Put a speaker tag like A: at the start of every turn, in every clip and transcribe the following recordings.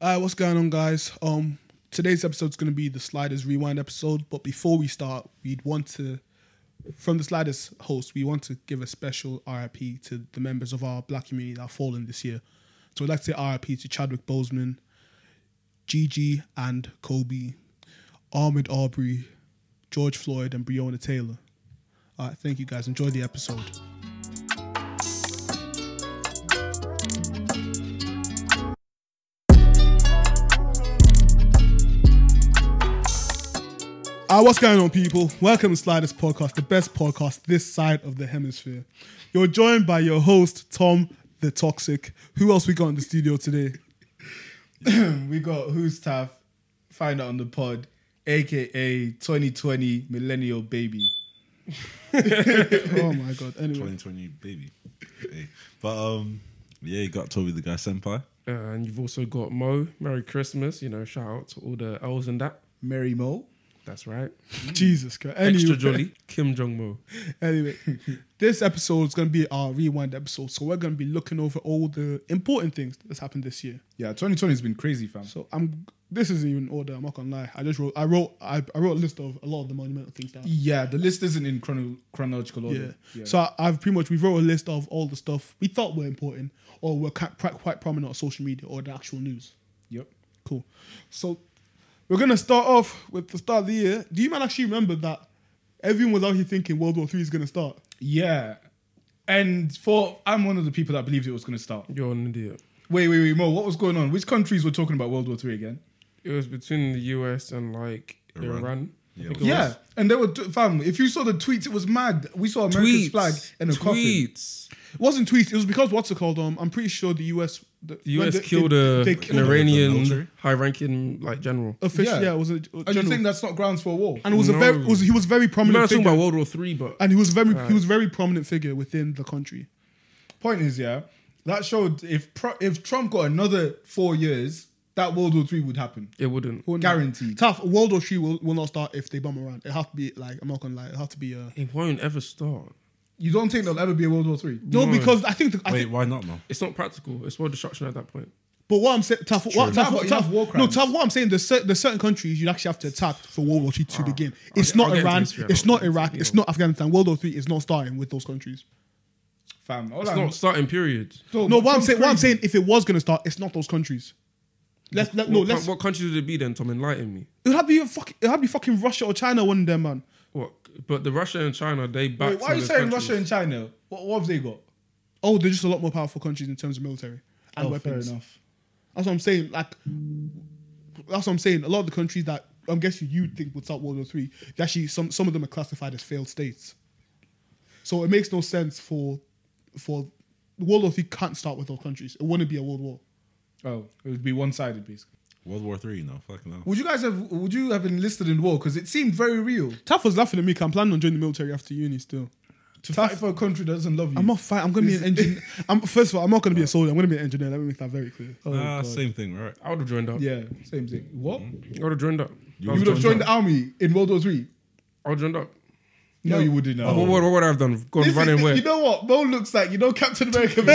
A: Uh, what's going on, guys? Um, today's episode's going to be the Sliders Rewind episode. But before we start, we'd want to, from the Sliders host, we want to give a special RIP to the members of our black community that have fallen this year. So we'd like to say RIP to Chadwick Boseman, Gigi and Kobe, Ahmed Aubrey, George Floyd, and Breonna Taylor. All right, thank you guys. Enjoy the episode. Uh, what's going on, people? Welcome to Sliders Podcast, the best podcast this side of the hemisphere. You're joined by your host, Tom the Toxic. Who else we got in the studio today?
B: We got who's tough. Find out on the pod, aka 2020 millennial baby.
A: Oh my god. Anyway.
C: 2020 baby. Hey. But um, yeah, you got Toby the guy senpai.
D: Uh, and you've also got Mo. Merry Christmas. You know, shout out to all the elves and that.
B: Mary Mo.
D: That's right.
A: Jesus Christ. Anyway.
D: Extra jolly. Kim Jong Mo.
A: anyway, this episode is going to be our rewind episode. So we're going to be looking over all the important things that's happened this year.
B: Yeah, 2020 has been crazy, fam.
A: So I'm. This isn't even order. I'm not gonna lie. I just wrote. I wrote. I, I wrote a list of a lot of the monumental things down.
B: Yeah, the list isn't in chrono- chronological
A: Yeah.
B: order. Yeah.
A: So I, I've pretty much we wrote a list of all the stuff we thought were important or were ca- pra- quite prominent on social media or the actual news.
B: yep.
A: Cool. So we're gonna start off with the start of the year. Do you man actually remember that everyone was out here thinking World War Three is gonna start?
B: Yeah. And for I'm one of the people that believed it was going to start.
D: You're an idiot.
B: Wait, wait, wait, Mo. What was going on? Which countries were talking about World War Three again?
D: It was between the US and like
C: Iran.
D: Iran.
C: Yeah,
D: I think it
B: Yeah,
D: was.
B: and they were t- fam. If you saw the tweets, it was mad. We saw America's
D: Tweets.
B: flag in a coffin.
D: Tweets.
A: It wasn't tweets. It was because what's it called? Um, I'm pretty sure the US. The,
D: The
A: when
D: US
A: they-
D: killed uh,
A: they-
D: a,
A: they
D: an
A: killed
C: military?
D: Iranian high ranking like general.
A: official. Yeah.
B: Yeah.
A: it was a general.
B: And you think that's not grounds for a war?
A: and it was a very.
D: No.
A: it was- he was a very
D: I'm
A: prominent
D: not talking
A: figure.
D: about World War Three, but
A: and he was very he was a very prominent figure within the country.
B: Point is, yeah, that showed if pro- if Trump got another four years, that World War Three would happen,
D: it wouldn't.
B: guaranteed.
A: Tough. World War Three will, will not start if they bomb Iran. It have to be like I'm not gonna lie. It have to be uh, a
D: It won't ever start.
B: You don't think there'll ever be a World War Three?
A: no,
D: No.
A: because I think. The, I
C: Wait,
A: think
C: why not, man?
D: It's not practical. It's world destruction at that point.
A: but what I'm saying, tough. What, tough,
B: Nah,
A: what,
B: but
A: tough
B: enough war
A: no,
B: crimes.
A: tough. What I'm saying, there's, cer- there's certain countries you actually have to attack for World War Three to
B: Ah,
A: begin. It's
D: I'll
A: not
D: get into
A: Iran.
D: history,
A: It's
D: I'll
A: not
D: get into
A: Iraq.
D: it,
A: It's
D: yeah.
A: not Afghanistan. World War Three is not starting with those countries.
B: Fam, all
D: It's
B: I'm-
D: not starting. Period.
B: Dog,
A: No, what I'm
B: Oh, Trump's
A: saying, what I'm
B: crazy.
A: saying, if it was gonna start, it's not those countries. Let's let, no,
D: what,
A: let's.
D: what country would it be then? Tom, enlighten me.
A: It'll have to be fucking. It'll have to be fucking Russia or China one day, man.
D: What? But the Russia and China, they back.
B: Wait, why are you saying Russia and China? What, what have they got?
A: Oh, they're just a lot more powerful countries in terms of military and
B: Oh,
A: weapons.
B: enough.
A: That's what I'm saying. Like, that's what I'm saying. A lot of the countries that I'm guessing you think would start World War Three, they actually some some of them are classified as failed states. So it makes no sense for for World War Three can't start with those countries. It wouldn't be a world war.
B: Oh, it would be one-sided, basically.
C: World War Three, no, fucking no.
B: Would you guys have? Would you have enlisted in war? Because it seemed very real
A: Taff was laughing at me. 'cause I'm planning on joining the military after uni still.
B: to fight for a country that doesn't love you.
A: I'm not fighting. I'm gonna be an engineer. I'm first of all, I'm not gonna be a soldier. I'm gonna be an engineer. Let me make that very clear.
B: Oh.
C: ah, same thing, right?
D: I would have joined up.
B: Yeah, same thing. What?
D: I would have joined up.
C: You
B: You would have joined
C: up.
B: the army in World War Three?
D: I would have joined up.
B: No, you wouldn't. no.
D: What, what, what would I have done? Gone
B: This is
D: running
B: the-
D: where?
B: You know what? Mo looks like you know Captain America. Before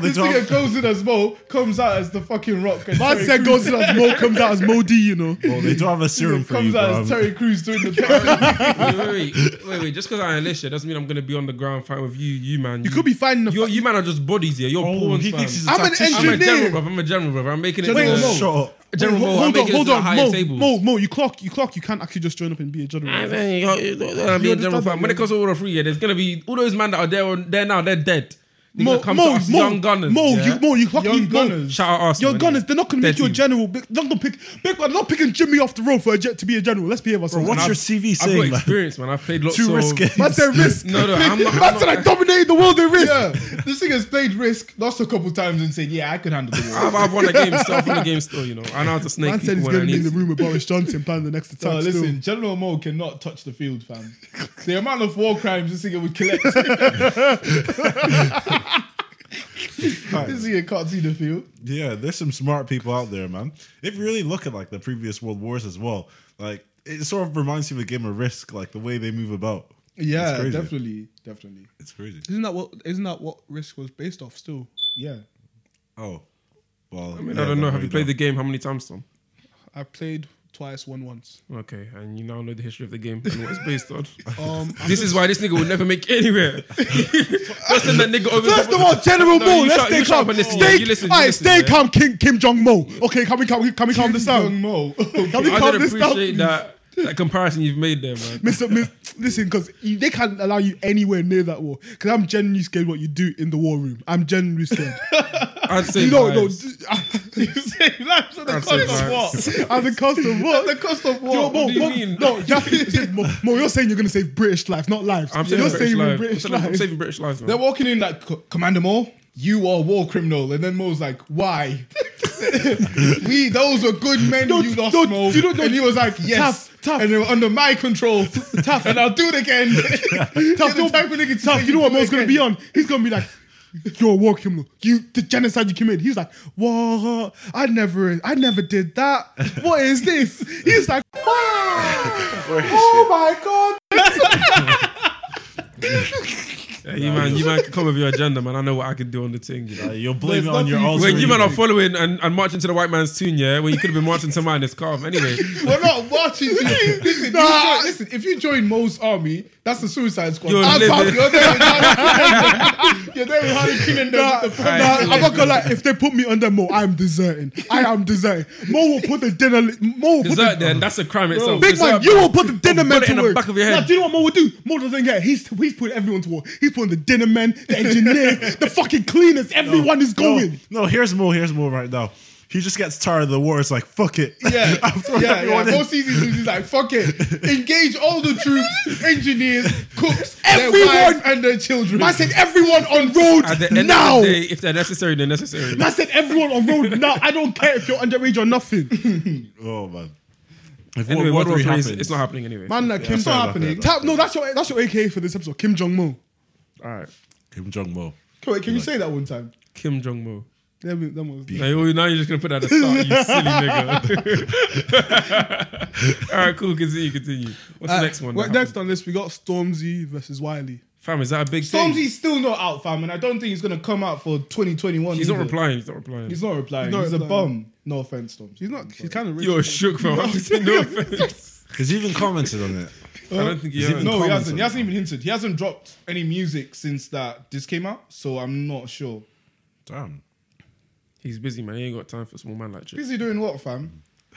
B: this nigga goes in as Mo, Oh, comes out as the fucking Rock. And
A: Man
B: Terry
A: said
B: Crews-
A: goes in as Mo comes out as Modi, you know.
C: Well, they do have a serum for
B: comes
C: you,
B: out
C: bro.
B: as Terry Crews doing the parody.
D: wait, wait, wait, wait, wait. Just because I enlist you doesn't mean I'm going to be on the ground fighting with you, you man.
A: You could be fighting the.
D: You, you man are just bodies here. You're
C: Oh,
D: pawns,
C: he
D: fam.
C: thinks he's a
A: I'm an
C: tactician.
D: I'm
A: engineer.
D: a general, brother. I'm a general, brother. I'm making it.
B: General
D: to the,
B: Mo.
C: Shut up.
D: General Mo. I'm
A: hold on,
D: making it to
A: hold
D: the
A: on,
D: higher
A: Mo,
D: tables.
A: Mo, Mo, you clock, you clock. You can't actually just join up and be a general.
D: I think you're- you're- you're gonna be a general, fam. When it comes to World War Three, yeah, there's gonna be all those men that are there, there now. They're dead. They're
A: Mo,
D: gonna come
A: Mo,
D: to us,
A: Mo,
D: young gunners.
A: Mo,
D: yeah?
A: you, Mo, you clock
B: Young
A: you,
B: gunners.
A: Mo.
D: Shout out us.
A: Your gunners, they're not gonna
D: Their
A: make you a
D: team.
A: general. They're not gonna pick. Big man, they're not picking Jimmy off the road for a jet to be a general. Let's behave
C: Bro,
A: ourselves.
C: what's
A: man.
C: your CV
D: I've got
C: saying, man?
D: experience, man. I've played lots
C: Too
D: of.
C: risky.
A: Man said risk.
D: No, no, I'm not.
A: Man
D: I'm
A: said I
D: not
A: dominated the world in risk.
B: yeah, this nigga's played Risk, lost a couple times, and said, "Yeah, I could handle the war."
D: I've, I've won the game still. I've won the game still, you know. I know how to snake
A: Man said
D: people
A: he's
D: when I
A: gonna be
D: need
A: in the
D: to.
A: room with Boris Johnson planning the next attack.
B: No,
A: still.
B: listen, General Mo cannot touch the field, fam. The amount of war crimes this nigga would collect. this nigga can't see the field.
C: Yeah, there's some smart people out there, man. If you really look at like the previous world wars as well, like it sort of reminds you of a game of Risk, like the way they move about.
B: Yeah,
C: crazy.
B: Uh, definitely, definitely.
C: It's crazy.
A: Isn't that what? Isn't that what risk was based off? Still.
B: Yeah.
C: Oh, well.
D: I mean, I don't know. Have you played the game? How many times, Tom?
E: I played twice, won once.
D: Okay, and you now know the history of the game and what it's based on.
E: Um, I'm
D: this is why this nigga will never make it anywhere. First thing that nigga over.
A: First of all, General
D: No,
A: Mo,
D: you
A: let's
D: shut-
A: stay
D: you shut up
A: calm.
D: and listen, yeah,
A: Stay,
D: you listen, you
A: alright,
D: listen,
A: stay
D: yeah.
A: calm, Kim, Kim Jong Mo. Okay, can we calm, can we calm this down?
B: Mo.
A: Can we
D: I
A: calm
D: don't
A: this down?
D: appreciate that that comparison you've made there, man.
A: Mr. Miss, listen, because they can't allow you anywhere near that wall. Because I'm genuinely scared what you do in the war room. I'm genuinely scared.
D: I'd say
A: you know, no,
D: vibes.
B: you say lives at the
D: That's
B: cost
D: it,
B: of
D: man.
B: what?
A: at the cost of what?
B: At the cost of
A: Yo,
B: what?
A: Mo,
D: do you
A: Mo-
D: mean?
A: No, you have to- Mo, Mo, you're saying you're going to save British lives, not lives.
D: I'm
A: you're
D: saving
A: saving
D: British lives.
A: British
D: I'm saving- I'm
A: lives.
D: saving British lives, man.
B: They're walking in like, "Co- Commander Mo, you are a war criminal. And then Mo's like, why? we, those were good men you lost,
A: no,
B: Mo.
A: you don't- no,
B: and he was like, yes.
A: Taff, Taff.
B: And they were under my control. Tough. And I'll do it again.
A: Tough,
B: You're
A: don't-
B: the type of nigga to
A: tough,
B: say
A: you know what
B: do it
A: Mo's going to
B: again.
A: be on? He's going to be like, you're a war criminal. You, the genocide you committed. He's like, what? I never, I never did that. What is this? He's like, wow.
C: Where is
A: Oh my God.
D: Yeah, you man, you man can come with your agenda, man. I know what I could do on the thing. You know?
C: it? You'll blame it
B: There's
C: on your
B: nothing-
C: alter
D: When you man are
C: ego.
D: following and, and marching to the white man's tune, yeah, when you could have been marching to mine, it's calm. Anyway,
B: We're not watching you. Listen, you
A: Nah.
B: join, listen, if you join Mo's army, that's the suicide squad.
D: You're
B: I'm
D: living.
B: out. You're there with Harley- You're there with Harley Quinn and
A: Nah,
B: the- the
A: nah, I'm not gonna lie. If they put me under Mo, I'm deserting. I am deserting. Mo will put the dinner. Li- Mo will put the
D: desert then, that's a crime itself.
A: Big
D: Desert,
A: man, you will put the dinner men
D: it
A: to
D: in the
A: work.
D: back of your
A: Now,
D: head.
A: do you know what Mo will do? Mo doesn't get. He's he's putting everyone to work. He's putting the dinner men, the engineers, the fucking cleaners. Everyone is going.
C: No, no, here's more. Here's more right now. He just gets tired of the war. It's like fuck it.
B: Yeah,
C: I'm throwing
B: yeah, yeah.
C: everyone in.
B: Most seasons he's like, fuck it. Engage all the troops, engineers, cooks,
A: Everyone.
B: their wives and their children.
A: I said everyone on
D: At the
A: road
D: end
A: now.
D: of the day, if they're necessary, they're necessary.
A: I said everyone on road now. I don't care if you're underage or nothing.
C: Oh man. If
D: Anyway,
C: World
D: World War
C: Three
D: Three, is-
C: happens-
D: it's not happening anyway.
A: Man, like Kim.
B: it's not
C: fair
B: happening.
C: enough,
A: Tap, no, that's your that's your AKA for this episode. Kim Jong Mo.
D: All right,
C: Kim Jong Mo.
B: Wait, can you say that one time?
D: Kim Jong Mo.
A: That was- that was-
D: Now, you- now you're just gonna put that at the start, you silly nigga. All right, cool. Continue, continue. What's
B: Uh,
D: the next one?
E: Uh, Well,
D: that
E: next
D: happened?
E: on this, we got Stormzy versus Wiley.
D: fam, is that a big thing?
B: Stormzy's still not out, fam, and I don't think he's gonna come out for 2021.
D: He's not
B: either.
D: replying. He's not replying.
B: He's not replying. He's,
E: not
B: a
E: replying.
B: bum. No offense, Stormzy.
E: He's not. He's kind of rich.
D: You're shook, fam. I'm saying no offense.
C: Because he even commented on it.
D: I don't think he
C: Is it
D: has.
B: No, he
C: comments
B: hasn't.
C: on
B: He
C: it.
B: hasn't even hinted. He hasn't dropped any music since that this came out, so I'm not sure.
C: Damn.
D: He's busy, man. He ain't got time for small man like you.
B: Busy doing what, fam? It's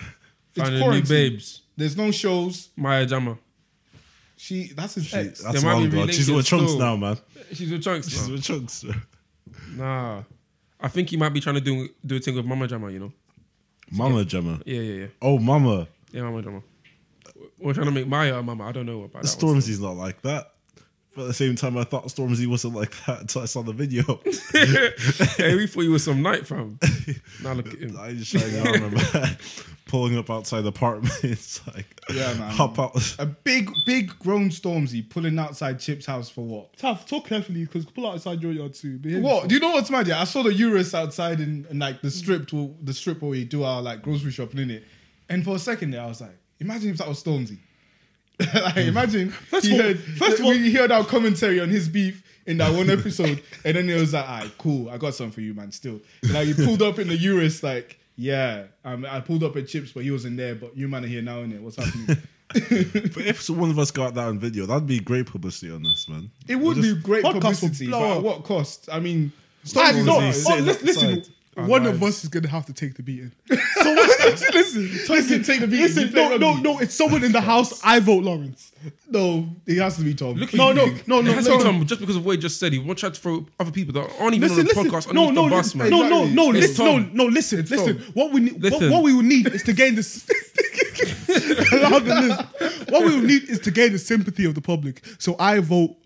D: Finding new
B: quarantine.
D: babes.
B: There's no shows.
D: Maya Jama.
B: She that's his ex.
C: That's
D: might
C: long
D: be
C: gone. She's
D: related
C: with chunks
D: still.
C: now, man.
D: She's with chunks.
C: She's
D: now.
C: with chunks.
D: Nah. I think he might be trying to do do a thing with Mama Jama, you know?
C: Mama Gemma.
D: Yeah, yeah, yeah.
C: Oh, Mama.
D: Yeah, Mama Jama. We're trying to make Maya a mama. I don't know about that. one.
C: Stormzy's not like that. But at the same time, I thought Stormzy wasn't like that until I saw the video.
D: hey, we thought you was some night, fam. now look at him.
C: I just showing armor, man. Pulling up outside the apartment. It's like,
B: Yeah, man.
C: hop out.
B: A big, big grown Stormzy pulling outside Chip's house for what?
A: Taff, talk carefully because pull outside your yard too. Behave
B: What? Do you know what's mad? Yeah, I saw the Euros outside in, in like the strip to the strip where we do our like grocery shopping in it, and for a second there, I was like, imagine if that was Stormzy. like, imagine first he
A: of all-
B: heard
A: Mm. first of all-
B: we heard our commentary on his beef in that one episode, and then it was like, alright, cool, I got something for you, man. Still, and like he pulled up in the Euros, like, yeah, um, I pulled up at Chips, but he wasn't there. But you man are here now, innit? What's happening?
C: But if one of us got that on video, that'd be great publicity on us, man.
B: It would
C: Just-
B: be great
A: podcast would
B: publicity,
A: blow
B: but
A: up.
B: at what cost? I mean,
A: I
B: Stormzy's
A: know.
B: not-
A: Oh,
C: sitting
A: listen, listen.
C: outside.
B: Oh,
A: One of
D: Nice.
A: us is gonna have to take the beating. So listen, listen,
B: take the beating. You
A: Listen,
B: play
A: no, no,
B: rugby.
A: no. It's someone in the house. I vote Lawrence.
B: no, it has to be Tom.
D: Look
A: No, no, no,
D: It
A: no.
D: has to be
A: no.
D: Tom, just because of what he just said, he won't try to throw other people that aren't even
A: Listen,
D: on the
A: listen.
D: podcast
A: No,
D: underneath
A: no,
D: the bus,
A: listen,
D: man.
A: no, no, no.
D: It's
A: Listen, no,
D: Tom.
A: no. Listen, listen.
B: Tom.
A: What we need, what,
D: Listen.
A: what we will need is to gain this. Allow the list. What we will need is to gain the sympathy of the public. So I vote.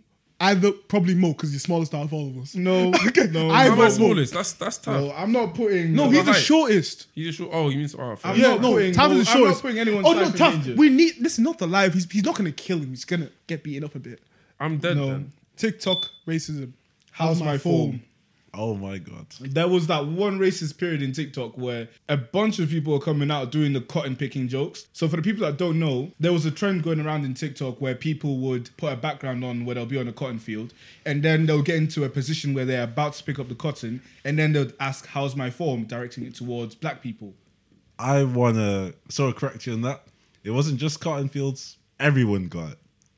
A: Either probably Mo because you're smallest out of all of us.
B: No,
A: okay.
B: no,
A: I
D: How am I
A: vote Mo.
D: smallest? That's that's tough.
B: No, I'm not putting.
A: No, he's the
D: Right.
A: shortest.
D: You just oh, you mean so? Oh, fair.
B: I'm
A: Yeah,
B: not
A: no,
B: putting
A: Tav
B: Mo-
A: is the
B: I'm not
A: shortest.
B: putting anyone
A: Oh
B: aside
A: no,
B: from
A: Tav,
B: danger.
A: we need listen, not the live. He's he's not gonna kill him. He's gonna get beaten up a bit.
D: I'm dead
B: No.
D: then.
E: TikTok racism.
B: how's my form?
C: Oh my god.
B: There was that one racist period in TikTok where a bunch of people were coming out doing the cotton picking jokes. So for the people that don't know, there was a trend going around in TikTok where people would put a background on where they'll be on a cotton field, and then they'll get into a position where they're about to pick up the cotton, and then they'll ask, "How's my form?" directing it towards black people.
C: I wanna sort of correct you on that. It wasn't just cotton fields. Everyone got it,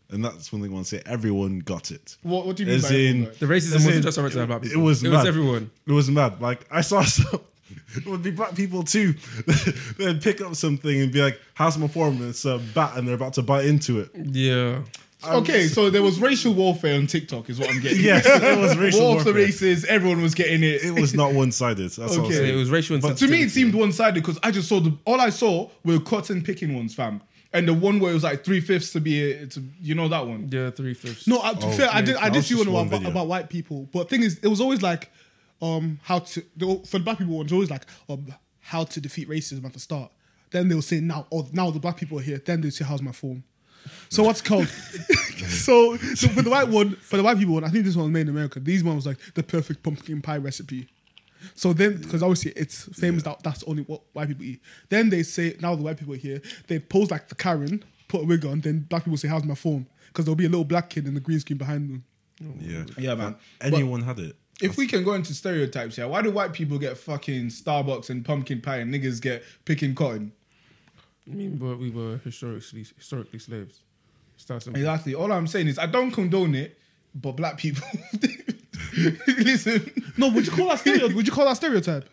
C: and that's one thing I want to say. Everyone got it.
B: What, what do you mean?
C: As
B: by
C: in-
B: everyone?
D: The racism
C: As in,
D: wasn't just directed at black
C: It
D: people.
C: was
D: It
C: mad.
D: was everyone.
C: It was mad. Like I saw some. It would be black people too. They'd pick up something and be like, "How's my form?" And it's a bat, and they're about to bite into it.
D: Yeah.
B: okay, so there was racial warfare on TikTok, is what I'm getting.
C: Yes, it was racial
B: War of the
C: warfare.
B: races, everyone was getting it.
C: It was not one-sided. That's all. I'm
B: Okay.
D: So it
C: saying.
D: was racial
B: But to me, it
D: insensitivity.
B: seemed one sided because I just saw the all I saw were cotton picking ones, fam. And the one where it was like three fifths to be a, to you know that one.
D: Yeah, three fifths.
A: No, I, to be fair, I
C: Oh, okay.
A: did. I
C: That
A: did
C: was
A: see
C: just
A: one,
C: one
A: about,
C: video.
A: about white people, but thing is, it was always like, um, how to the- for the black people. It was always like, um, how to defeat racism at the start. Then they will say now, oh, now the black people are here. Then they say, how's my form? So what's called? so, so for the white one, for the white people one, I think this one was made in America. These one was like the perfect pumpkin pie recipe. So then,
B: Mm.
A: because obviously it's famous that that's only what white people eat. Then they say now the white people are here. They pose like the Karen, put a wig on. Then black people say, "How's my form?" Because there'll be a little black kid in the green screen behind them.
C: yeah,
B: Yeah, man.
C: Anyone had it.
B: If we can go into stereotypes here, why do white people get fucking Starbucks and pumpkin pie and niggas get picking cotton?
D: I mean, but we were historically historically slaves. Start some.
B: Exactly. All I'm saying is I don't condone it, but black people listen.
A: No, would you call that stereotype? would you call that stereotype?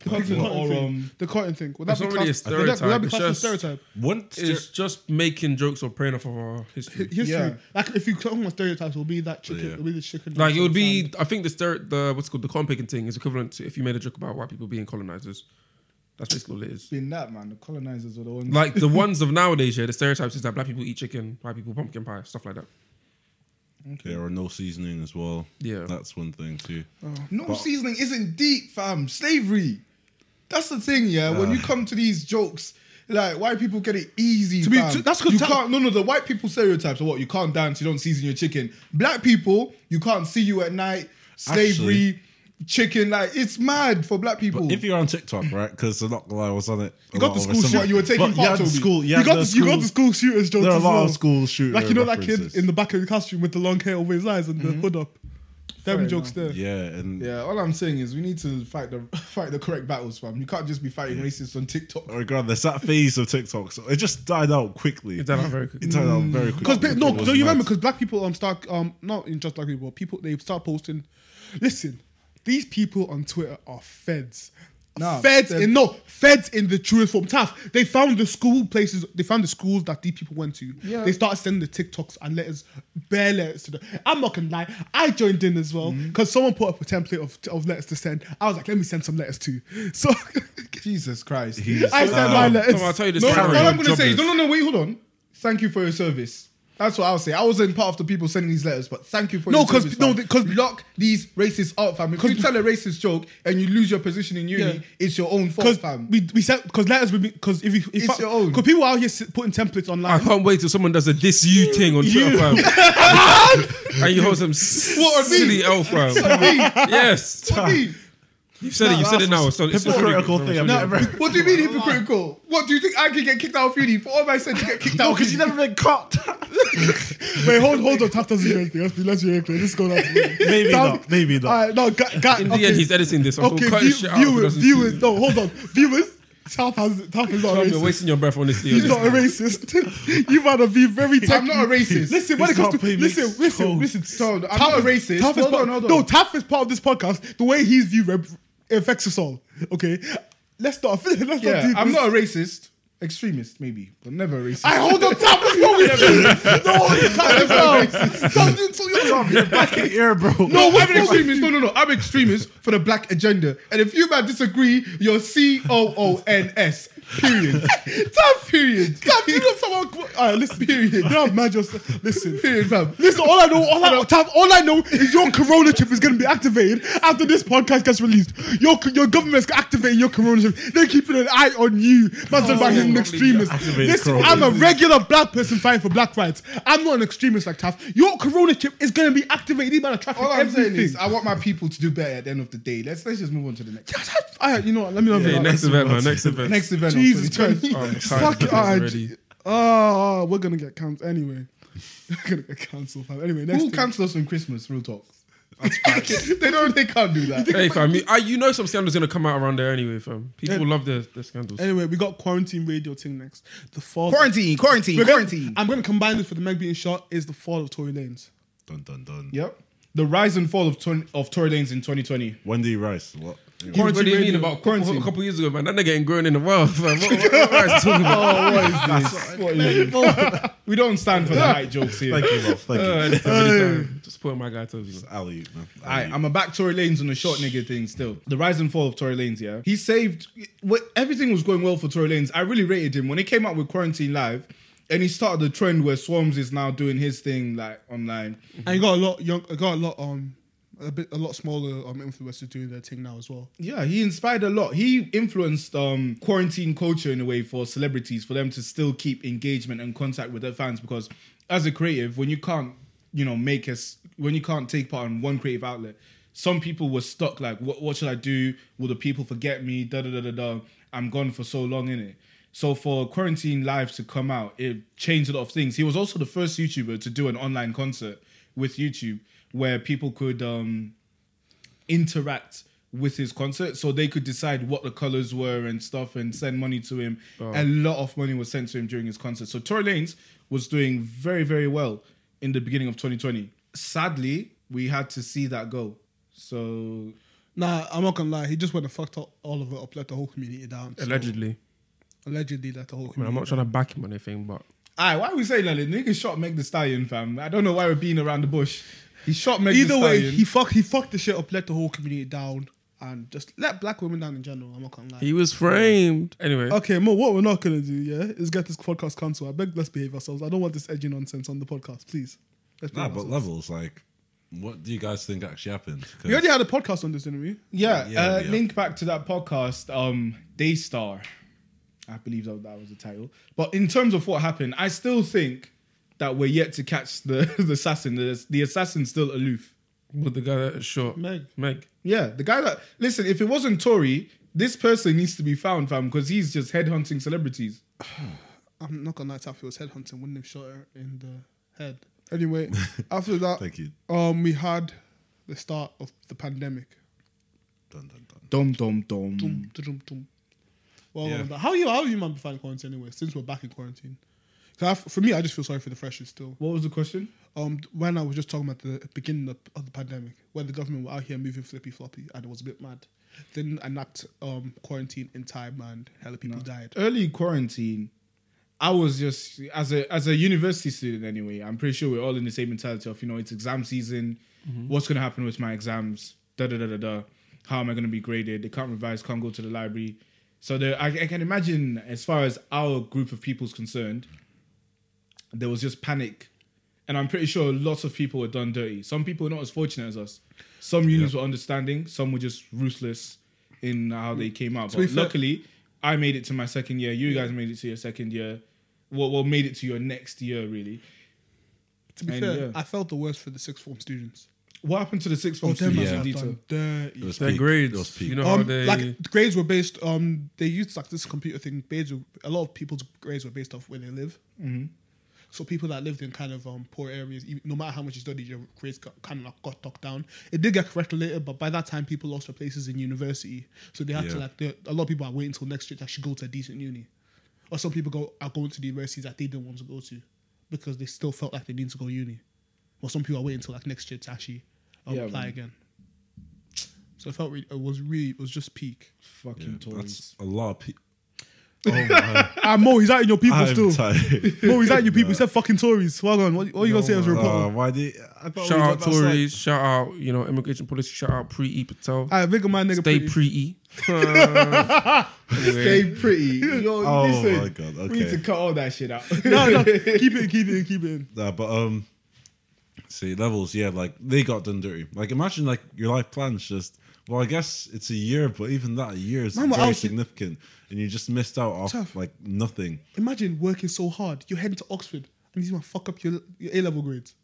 A: The
B: Cotton
A: cotton
B: or,
A: thing.
B: um,
A: the cotton thing. Would that
D: It's
A: be
D: not really
A: classed-
D: a
A: would that- Would that be
D: stereotype, it's
A: classed as a
D: just-
A: stereotype?
C: Once
D: It's just making jokes or praying off of our history.
A: History.
B: Yeah.
A: Like if you talk about stereotypes, it'll be that chicken.
C: Yeah.
A: It'll be the chicken.
D: Like it would be, I think the stere- the what's it called the cotton picking thing is equivalent to if you made a joke about white people being colonizers. That's basically what it is.
B: been that man. The colonizers were the ones.
D: Like the ones of nowadays, yeah, the stereotypes is that black people eat chicken, white people pumpkin pie, stuff like that.
C: there are no seasoning as well.
D: Yeah.
C: that's one thing too.
A: Oh.
B: No seasoning isn't deep, fam. Slavery. That's the thing, yeah. when you come to these jokes, like white people get it easy.
A: be-
B: fam.
A: to- that's 'cause
B: you
A: ta-
B: can't. No, no. The white people stereotypes are what you can't dance, you don't season your chicken. Black people, you can't see you at night. Slavery, chicken, like it's mad for black people.
C: If you're on TikTok, right? Because I'm not gonna lie, I was on it. You
A: got the school shot,
B: you were taking part,
C: Yeah,
B: Toby.
C: school. Yeah,
A: you got the, you got the school shooters jokes
C: There are a
A: as
C: lot
A: well.
C: of school shooters.
A: Like you know that kid in the back of the costume with the long hair over his eyes and the hood up. There'll be
B: Fair
A: jokes there.
C: Yeah, and
B: yeah, all I'm saying is we need to fight the fight the correct battles, fam. You can't just be fighting racists on TikTok.
C: oh my god, there's that phase of TikTok. So it just died out quickly.
D: It died out very quickly.
C: It died out very quickly.
A: Because no,
C: It was
A: do you
C: mad.
A: remember? Because black people um start um not in just black people, but people they start posting. Listen, these people on Twitter are feds.
B: Nah,
A: feds
B: they're-
A: in no feds in the truest form. Tough. They found the school places. They found the schools that these people went to.
B: Yeah.
A: They started sending the TikToks and letters, bare letters to them. I'm not gonna lie. I joined in as well
D: Mm.
A: because someone put up a template of, of letters to send. I was like, let me send some letters too. So
B: Jesus Christ.
C: He's-
A: I sent
C: Um,
A: my
D: uh, Come on, I'll
A: letters.
D: tell you this.
B: No,
D: story.
B: all I'm going to
D: Jobless.
B: say is, no, no, no, wait, hold on. Thank you for your service. That's what I'll say. I wasn't part of the people sending these letters, but thank you for
A: No,
B: your
A: 'cause-
B: service.
A: no,
B: fam.
A: 'cause-
B: lock these racists up, fam. If you tell a racist joke and you lose your position in uni,
A: Yeah.
B: it's your own fault,
A: Because
B: fam.
A: we we sent because letters would be because if you if
B: It's your own.
A: because people out here s- putting templates
D: I
A: online.
D: can't wait till someone does a this you thing on Twitter, fam. and you hold some
B: What, on me?
D: silly L, fam. yes.
B: What do you mean?
D: You've said it, you've said it now. So it's
C: hypocritical thing. I've never.
B: What do you mean hypocritical? What do you think I can get kicked out of uni for all I said to get kicked out?
C: Because you never been caught.
A: Wait, hold hold on. Tap doesn't do anything. Let's be let's be very clear. Let's go down.
C: Maybe not. Maybe
A: All
C: not.
A: right, no, guy, guy,
D: In the
A: okay.
D: end, he's editing this. I'm
A: okay,
D: okay, cut
A: view,
D: this shit out. if he
A: viewers,
D: doesn't see
A: viewers.
D: it.
A: No, hold on, viewers. Tap has Tap is not a
D: Fam, You're
A: racist.
D: wasting your breath on this.
A: He's not a racist. you might be very.
B: I'm
A: techie.
B: not a racist.
A: Listen, when it
C: He's
A: comes
C: not
A: to
C: playing
A: listen,
C: mixed
A: listen,
C: code.
A: listen.
B: So, I'm
A: Taff
B: not a
A: is-
B: racist.
A: Taff is
B: Hold
A: part-
B: on, hold on.
A: No, Taff is part of this podcast. The way he's viewed rep- affects us all. Okay, let's not. Let's not do
B: yeah,
A: this.
B: I'm not a racist. Extremist, maybe, but never a racist.
A: I hold on top of you. No, you can't
B: racist.
A: Stop doing so you're talking.
C: Back in the ear, bro.
B: No, I'm an extremist. No, no, no. I'm an extremist for the black agenda. And if you man disagree, you're C O O N S.
F: Period. Time period. Time you know someone. All right, listen. Period. You know, man, just listen. Period, fam.
A: Listen, all I know, all I, Tav, all I know is your corona chip is going to be activated after this podcast gets released. Your your government's activating your corona chip. They're keeping an eye on you. Man's about he's an extremist.
C: Activated
A: Listen,
C: corona.
A: I'm a regular black person fighting for black rights. I'm not an extremist like Tav. Your corona chip is going to be activated by the traffic.
B: All I'm
A: everything.
B: saying is, I want my people to do better at the end of the day. Let's let's just move on to the next
A: All right, you know what? Let me know.
D: Hey, next event, man. Next event.
B: next event. of
A: Jesus
B: 2020.
A: Christ.
D: Oh, I'm tired
A: Fuck it.
D: of this
A: all
D: already.
A: right. Oh, we're going to get cancelled anyway. We're going to get cancelled, fam. Anyway, next
B: Who
A: thing.
B: cancel us on Christmas? Real talk. they don't. They can't do that.
D: Hey, fam, you, I, you know some scandals gonna come out around there anyway, fam. People love their, their scandals.
A: Anyway, we got quarantine radio thing next. The fall.
G: Quarantine, quarantine,
A: We're gonna-
G: quarantine.
A: I'm going to combine this with the Meg being shot is the fall of Tory Lanes.
C: Dun dun dun.
B: Yep. The rise and fall of ton- of Tory Lanez in 2020.
C: Wendy Rice. What?
D: What do you mean
B: radio,
D: about quarantine?
B: quarantine.
D: A couple years ago, man, that nigga ain't growing in the world. Fam. What, what, what are you talking about?
B: What is this? we don't stand for the light jokes here.
C: Thank you, Rolf. Thank you.
D: Just put my guy to you.
C: Alley, man.
B: I,
C: Alley-oop.
B: I'm a back Tory Lanes on the short nigga thing still. The rise and fall of Tory Lanes, yeah. He saved what everything was going well for Tory Lanes. I really rated him when he came out with Quarantine Live and he started the trend where Swarms is now doing his thing like online.
A: And you got a lot young, got a lot um, a bit a lot smaller um influencers doing their thing now as well.
B: Yeah, he inspired a lot. He influenced um, quarantine culture in a way for celebrities, for them to still keep engagement and contact with their fans. Because as a creative, when you can't, you know, make us, when you can't take part in one creative outlet, some people were stuck. Like, what, what should I do? Will the people forget me? Da da da da da. I'm gone for so long in it. So for quarantine live to come out, it changed a lot of things. He was also the first YouTuber to do an online concert with YouTube, where people could. Um, interact with his concert so they could decide what the colors were and stuff and send money to him a lot of money was sent to him during his concert so Tory Lanez was doing very very well in the beginning of 2020 sadly we had to see that go so
A: Nah, I'm not gonna lie, he just went and fucked up all of it up, let the whole community down. So,
D: Allegedly.
A: allegedly, let the whole
D: I mean,
A: community.
D: I'm not trying to back him on anything, but
B: aye why are we saying that nigga shot Meg the Stallion fam I don't know why we're being around the bush he shot Meg
A: Either
B: the
A: way,
B: Stallion
A: he fuck he fucked the shit up, let the whole community down, and just let black women down in general. I'm not gonna lie.
D: he was framed. Anyway,
A: Okay, Mo, what we're not gonna do, yeah, is get this podcast cancelled. I beg, let's behave ourselves. I don't want this edgy nonsense on the podcast, please. Let's
C: Nah,
A: behave
C: but
A: ourselves.
C: levels. Like, what do you guys think actually happened? 'Cause-
A: we already had a podcast on this, didn't we?
B: yeah,
C: Yeah,
B: uh,
C: yeah.
B: link back to that podcast um Daystar I believe that, that was the title. But in terms of what happened, I still think that we're yet to catch the, the assassin. The, the assassin's still aloof.
D: with the guy that shot
A: Meg.
D: Meg.
B: Yeah, the guy that listen, if it wasn't Tory, this person needs to be found, fam, because he's just headhunting celebrities.
A: I'm not gonna lie, Taffy was headhunting, wouldn't have shot her in the head. Anyway, after that,
C: Thank you.
A: Um, we had the start of the pandemic.
C: Dun, dun, dun.
B: Dom dom dom.
A: Dum, dum, dum. Well,
C: Mm. Yeah.
A: well, how you how you man been finding quarantine anyway? Since we're back in quarantine, 'Cause I, for me, I just feel sorry for the freshers still.
B: What was the question?
A: Um, when I was just talking about the beginning of, of the pandemic, when the government were out here moving flippy floppy, and it was a bit mad. Then enact um quarantine in time, and hella people died.
B: Early quarantine, I was just as a as a university student anyway, I'm pretty sure we're all in the same mentality of, you know, it's exam season, what's gonna happen with my exams, da da da da da. How am I gonna be graded? They can't revise, can't go to the library. So there I, I can imagine as far as our group of people's concerned, there was just panic. And I'm pretty sure lots of people were done dirty. Some people were not as fortunate as us. Some unions were understanding, some were just ruthless in how they came out.
A: be
B: But
A: fair-
B: luckily, I made it to my second year. You guys made it to your second year. Well, well made it to your next year, really.
A: To be
B: And
A: fair,
B: yeah.
A: I felt the worst for the sixth form students.
B: What happened to the sixth form
A: Oh, them
B: students
A: yeah.
B: in detail?
C: It was
D: Their
C: peak.
D: grades.
C: It was peak.
D: You know how
A: Um,
D: they.
A: like the grades were based. Um, they used like this computer thing. Grades, were, a lot of people's grades were based off where they live. Mm-hmm. So people that lived in kind of um poor areas, e- no matter how much you studied, your grades got, kind of like got knocked down. It did get corrected later, but by that time people lost their places in university, so they had to
C: Yeah.
A: like they- a lot of people are waiting until next year to actually go to a decent uni, or some people go are going to the universities that they didn't want to go to, because they still felt like they need to go uni, or some people are waiting until like next year to actually um,
B: Yeah,
A: apply
B: man.
A: again. So I felt really, it was really, it was just peak.
B: Fucking
C: Yeah,
B: Tories.
C: that's a lot of people. Oh my.
A: Ah, Mo, he's out in your people
C: I'm
A: still.
C: tired.
A: Mo, he's out in your people. He said fucking Tories. Well done. What, what are you gonna say as a reporter?
C: Uh, why did I thought
D: Shout
C: we
D: out
C: got that side.
D: Tories. Shout out, you know, immigration policy. Shout out pre E Patel.
A: I think of my nigga.
D: Stay
A: pretty-
D: pre E.
B: Stay pretty. Yo,
C: Oh
B: listen,
C: my God,
B: We need
C: okay.
B: to cut all that shit out.
A: no, no, keep it, in, keep it, in, keep it. in.
C: Nah, but um, see levels. Yeah, like they got done dirty. Like imagine like your life plan's just. Well, I guess it's a year, but even that a year is
A: Man, we're
C: very
A: out here-
C: significant, and you just missed out off
A: Tough.
C: like nothing.
A: Imagine working so hard. You're heading to Oxford, and he's gonna fuck up your, your A level grades.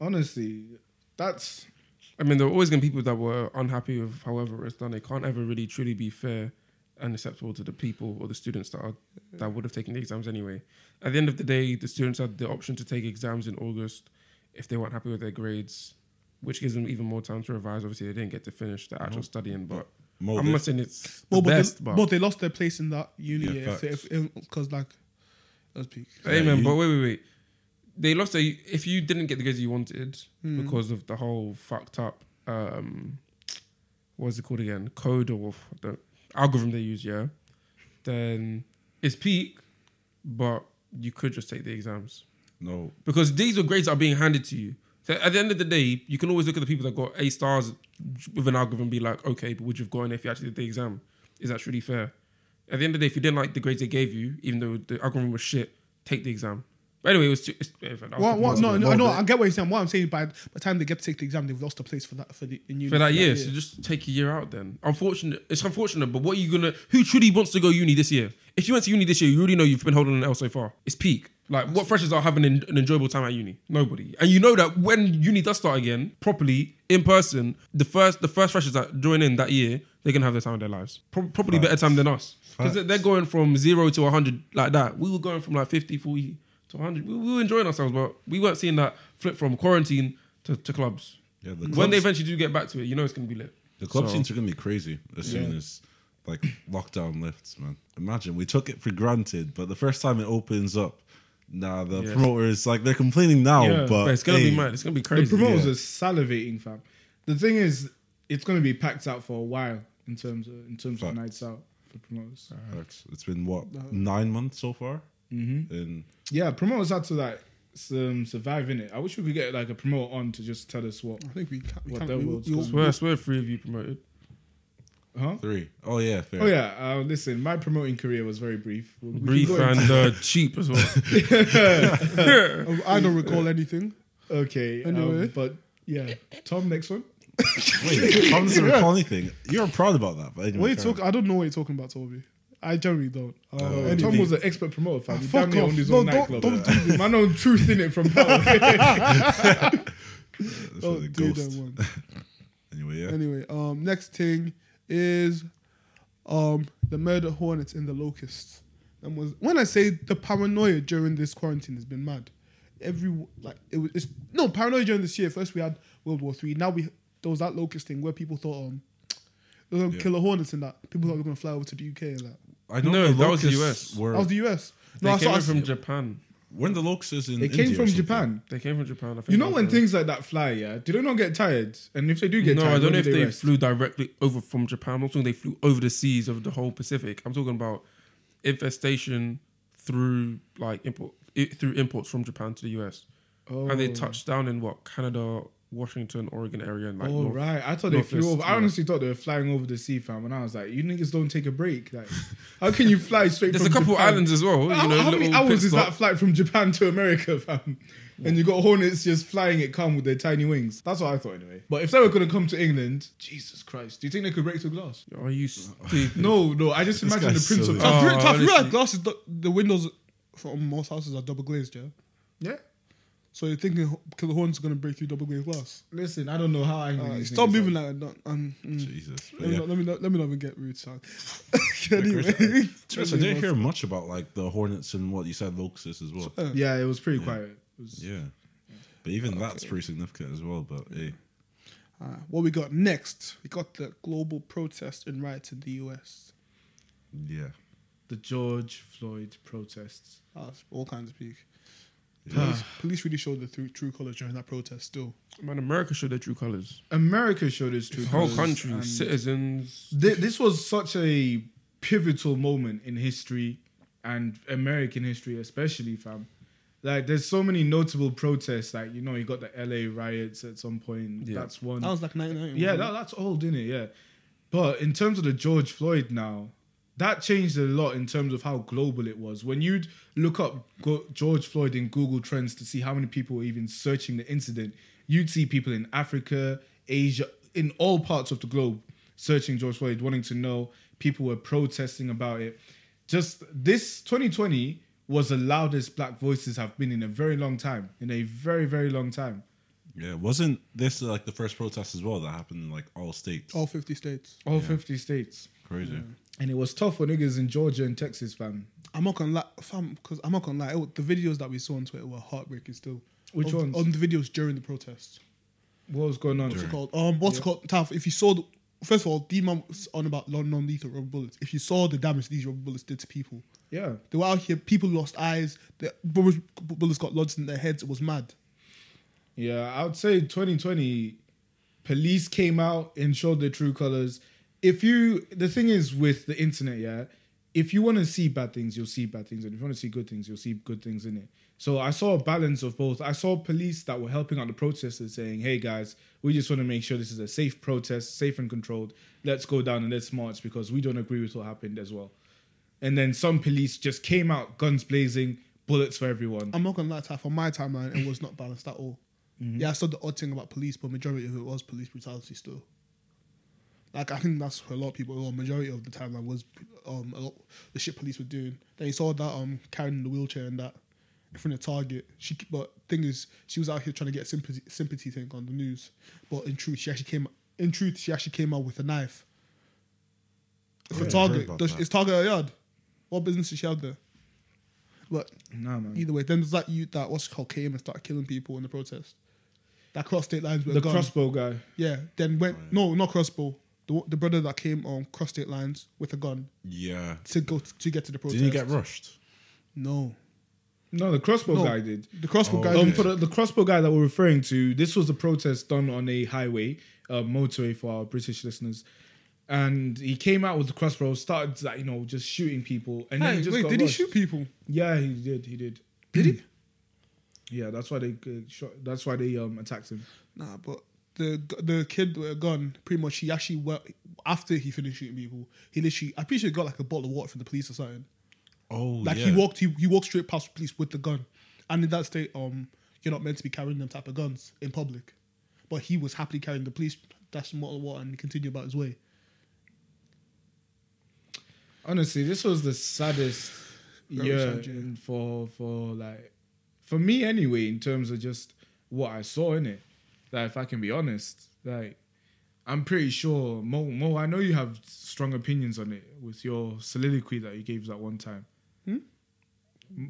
B: Honestly, that's
D: I mean, there were always going to be people that were unhappy with however it's done. It can't ever really truly be fair and acceptable to the people or the students that are that would have taken the exams anyway. At the end of the day, the students had the option to take exams in August if they weren't happy with their grades, which gives them even more time to revise. Obviously, they didn't get to finish the actual studying, but
C: Mo
D: I'm
C: did.
D: not saying it's the
A: Well, but,
D: best.
A: they,
D: but
A: but, they lost their place in that uni
C: Yeah,
A: yeah,
C: facts.
A: because like that was peak.
D: Amen.
C: you-
D: But wait, wait, wait. They lost. A, if you didn't get the grades you wanted because of the whole fucked up, um, what's it called again? Code or the algorithm they use, yeah. Then it's peak, but you could just take the exams
C: No,
D: because these are grades that are being handed to you. So at the end of the day, you can always look at the people that got A stars with an algorithm and be like, okay, but would you have gotten it if you actually did the exam? Is that truly fair? At the end of the day, if you didn't like the grades they gave you, even though the algorithm was shit, take the exam. But anyway, it was too. It's,
A: What, what, no, no,
C: Well,
A: no,
C: they-
A: I get what you're saying. What I'm saying by by the time they get to take the exam, they've lost a place for that for the in uni
D: for that year, so just take a year out then. Unfortunate, it's unfortunate, but what are you gonna? Who truly wants to go uni this year? If you went to uni this year, you already know you've been holding an L so far. It's peak. Like what freshers are having an, an enjoyable time at uni? Nobody. And you know that when uni does start again properly in person, the first the first freshers that join in that year, they're gonna have the time of their lives. Pro- probably better time than us because they're going from zero to hundred like that. We were going from like 50, 40 to hundred. We, we were enjoying ourselves, but we weren't seeing that flip from quarantine to, to clubs.
C: yeah, the
D: When
C: clubs,
D: they eventually do get back to it, you know it's gonna be lit.
C: the club
D: So-
C: scenes are gonna be crazy as soon as like lockdown lifts, man. Imagine we took it for granted, but the first time it opens up, nah, the promoters like they're complaining now,
B: Yeah,
C: but,
D: But it's gonna be
C: hey,
D: mad. It's gonna be
B: Uh, the
D: crazy.
B: promoters are salivating, fam. The thing is, it's going to be packed out for a while in terms of in terms
C: Facts.
B: of nights out for promoters.
C: Facts. It's been what nine months so far, mm-hmm. and
B: Yeah, promoters had to like um, survive in it. I wish we could get like a promoter on to just tell us what,
A: I think we can't. We
B: What
A: can't
B: that
A: we,
B: world's
A: we-
B: called.
D: swear, swear, three of you promoted.
B: huh?
C: three. Oh yeah, fair.
B: Oh yeah, uh, listen, my promoting career was very brief. We- we can
D: Brief
B: go in-
D: and uh, cheap as well.
A: oh, I don't recall anything.
B: okay, um,
A: Anyway.
B: but yeah, Tom, next one.
C: Wait, Tom doesn't recall anything. You're proud about that, but anyway,
A: What are you
C: carry on.
A: talking? I don't know what you're talking about, Toby. I generally don't. Uh,
B: Oh,
A: anyway.
B: Tom was an expert promoter, fam. He
A: Ah, Fuck
B: damn near
A: off.
B: owned his
A: No,
B: own
A: don't-
B: nightclub.
A: don't
B: Man, own truth in it from power.
C: That's
A: Don't
C: what the
A: do
C: ghost-
A: that one.
C: Anyway, yeah.
A: Anyway, um, next thing is um the murder hornets in the locusts. And was when I say the paranoia during this quarantine has been mad. Every like it was it's, no paranoia during this year. First we had World War Three. Now we there was that locust thing where people thought um there was um, killer hornets and that people thought they were gonna fly over to the UK and that.
C: I
D: No,
C: the
D: that was the
C: locusts
D: US.
C: Were,
A: That was the US.
D: they
A: No, I
D: came
A: saw,
D: in from Japan.
C: weren't the locusts in?
B: They came
C: India or
B: from
C: something?
B: Japan.
D: They came from Japan. I think
B: You know
D: that
B: when
D: was
B: things like that fly, yeah? Do they not get tired? And if they do
D: it.
B: get
D: No,
B: tired,
D: I don't know
B: where
D: if
B: do
D: they
B: rest?
D: flew directly over from Japan. I'm not talking they flew over the seas of the whole Pacific. I'm talking about infestation through like import i- through imports from Japan to the US, and they
B: Oh.
D: touched down in what Canada, Washington, Oregon area, and like
B: Oh
D: North-
B: right, I thought they
D: North
B: flew
D: East,
B: over. I
D: yeah.
B: honestly thought they were flying over the sea, fam. And I was like, you niggas don't take a break. Like, how can you fly straight?
D: There's a
B: from
D: couple
B: Japan?
D: islands as well. You
B: How,
D: know,
B: how many
D: little
B: hours
D: pit
B: is that
D: stop.
B: flight from Japan to America, fam? And you got hornets just flying it calm with their tiny wings. That's what I thought anyway. But if they were gonna come to England, Jesus Christ, do you think they could break through glass?
D: Are you stupid?
B: No, no. I just imagine the
C: guy's
B: Prince
C: silly.
B: of
D: Oh,
A: tough, real- tough, real
D: honestly.
A: glasses. The, the windows from most houses are double glazed, yeah.
B: Yeah.
A: So you're thinking killer hornets are gonna break through double glazed glass?
B: Listen, I don't know how angry.
A: Uh,
B: these
A: stop
B: niggas are.
A: moving like that. Um, mm.
C: Jesus. But
A: Let me,
C: yeah.
A: not, let, me not, let me not even get rude, son.
C: Chris, I-
A: anyway.
C: to be honest, I didn't hear much about like the hornets and what you said locusts as well.
B: Yeah, it was pretty quiet. It was-
C: Yeah, but even that's pretty significant as well. But hey,
A: Uh, what we got next? We got the global protest and riots in the US.
C: yeah,
B: the George Floyd protests.
A: That's Ah, all kinds of peak. Police, police really showed the true, true colours during that protest, still.
D: Man, America showed their true colors.
B: America showed its true
D: The whole
B: colours,
D: country,
B: and
D: citizens.
B: thi- this was such a pivotal moment in history and American history, especially, fam. Like, there's so many notable protests. Like, you know, you got the LA riots at some point.
D: Yeah.
B: That's one.
A: That was like 99.
B: Mm. Yeah, that, that's old, isn't it? Yeah. But in terms of the George Floyd now, that changed a lot in terms of how global it was. When you'd look up Go- George Floyd in Google Trends to see how many people were even searching the incident, you'd see people in Africa, Asia, in all parts of the globe searching George Floyd, wanting to know. People were protesting about it. Just this 2020 was the loudest black voices have been in a very long time, in a very, very long time.
C: Yeah, wasn't this uh, like the first protest as well that happened in like all states?
A: All 50 states.
B: All 50 states.
C: crazy.
B: And it was tough for niggas in Georgia and Texas, fam.
A: I'm not gonna lie, fam, because I'm not gonna lie. It, the videos that we saw on Twitter were heartbreaking still.
B: Which
A: Of-
B: ones?
A: On the videos during the protests.
B: What was going on?
A: What's it called? Um, what's it called? Taff, if you saw the. First of all, D-Man was on about non-lethal rubber bullets. If you saw the damage these rubber bullets did to people,
B: Yeah.
A: They were out here. People lost eyes. The bullets, bullets got lodged in their heads. It was mad.
B: Yeah, I would say 2020, police came out and showed their true colors. If you, the thing is with the internet, yeah, if you want to see bad things, you'll see bad things. And if you want to see good things, you'll see good things in it. So I saw a balance of both. I saw police that were helping out the protesters saying, hey guys, we just want to make sure this is a safe protest, safe and controlled. Let's go down and let's march because we don't agree with what happened as well. And then some police just came out, guns blazing, bullets for everyone.
A: I'm not gonna lie, Taff. On my timeline, it was not balanced at all. Yeah, I saw the odd thing about police, but majority of it was police brutality still. Like I think that's for a lot of people. Or majority of the timeline was um a lot, the shit police were doing. Then you saw that um Karen in the wheelchair and that in front of Target. She but thing is she was out here trying to get sympathy sympathy thing on the news, but in truth she actually came in truth she actually came out with a knife. For
C: Yeah, I heard
A: Target,
C: about
A: does,
C: that.
A: is Target a yard? What business does she have there? But
B: Nah, man.
A: Either way, then there's that youth that what's it called came and started killing people in the protest. That cross state lines were
B: The
A: gone.
B: crossbow guy.
A: yeah. Then went
C: Oh,
A: no, not crossbow. The, the brother that came on cross state lines with a gun
C: Yeah.
A: to go to, get to the protest.
C: Didn't he get rushed?
A: No,
B: No, the crossbow
A: No.
B: guy did.
A: the crossbow
C: Oh,
A: guy.
B: Um,
C: okay.
A: did-
B: for the, the crossbow guy that we're referring to, this was a protest done on a highway, a motorway for our British listeners, and he came out with the crossbow, started like you know just shooting people, and then
A: Hey,
B: he just
A: wait,
B: got
A: did
B: rushed.
A: he shoot people?
B: Yeah, he did. He did.
A: Did he?
B: Yeah, that's why they uh, shot. That's why they um attacked him.
A: Nah, but the the kid with a gun, pretty much, he actually worked after he finished shooting people. He literally, I'm pretty sure he got like a bottle of water from the police or something.
C: Oh,
A: Like
C: yeah.
A: he walked, he, he walked straight past police with the gun, and in that state, um, you're not meant to be carrying them type of guns in public, but he was happily carrying the police dashing bottle of water and continued about his way.
B: Honestly, this was the saddest
A: Very
B: year
A: sad, yeah.
B: in- for for like for me anyway in terms of just what I saw in it. Like if I can be honest, like I'm pretty sure Mo Mo, I know you have strong opinions on it with your soliloquy that you gave that one time.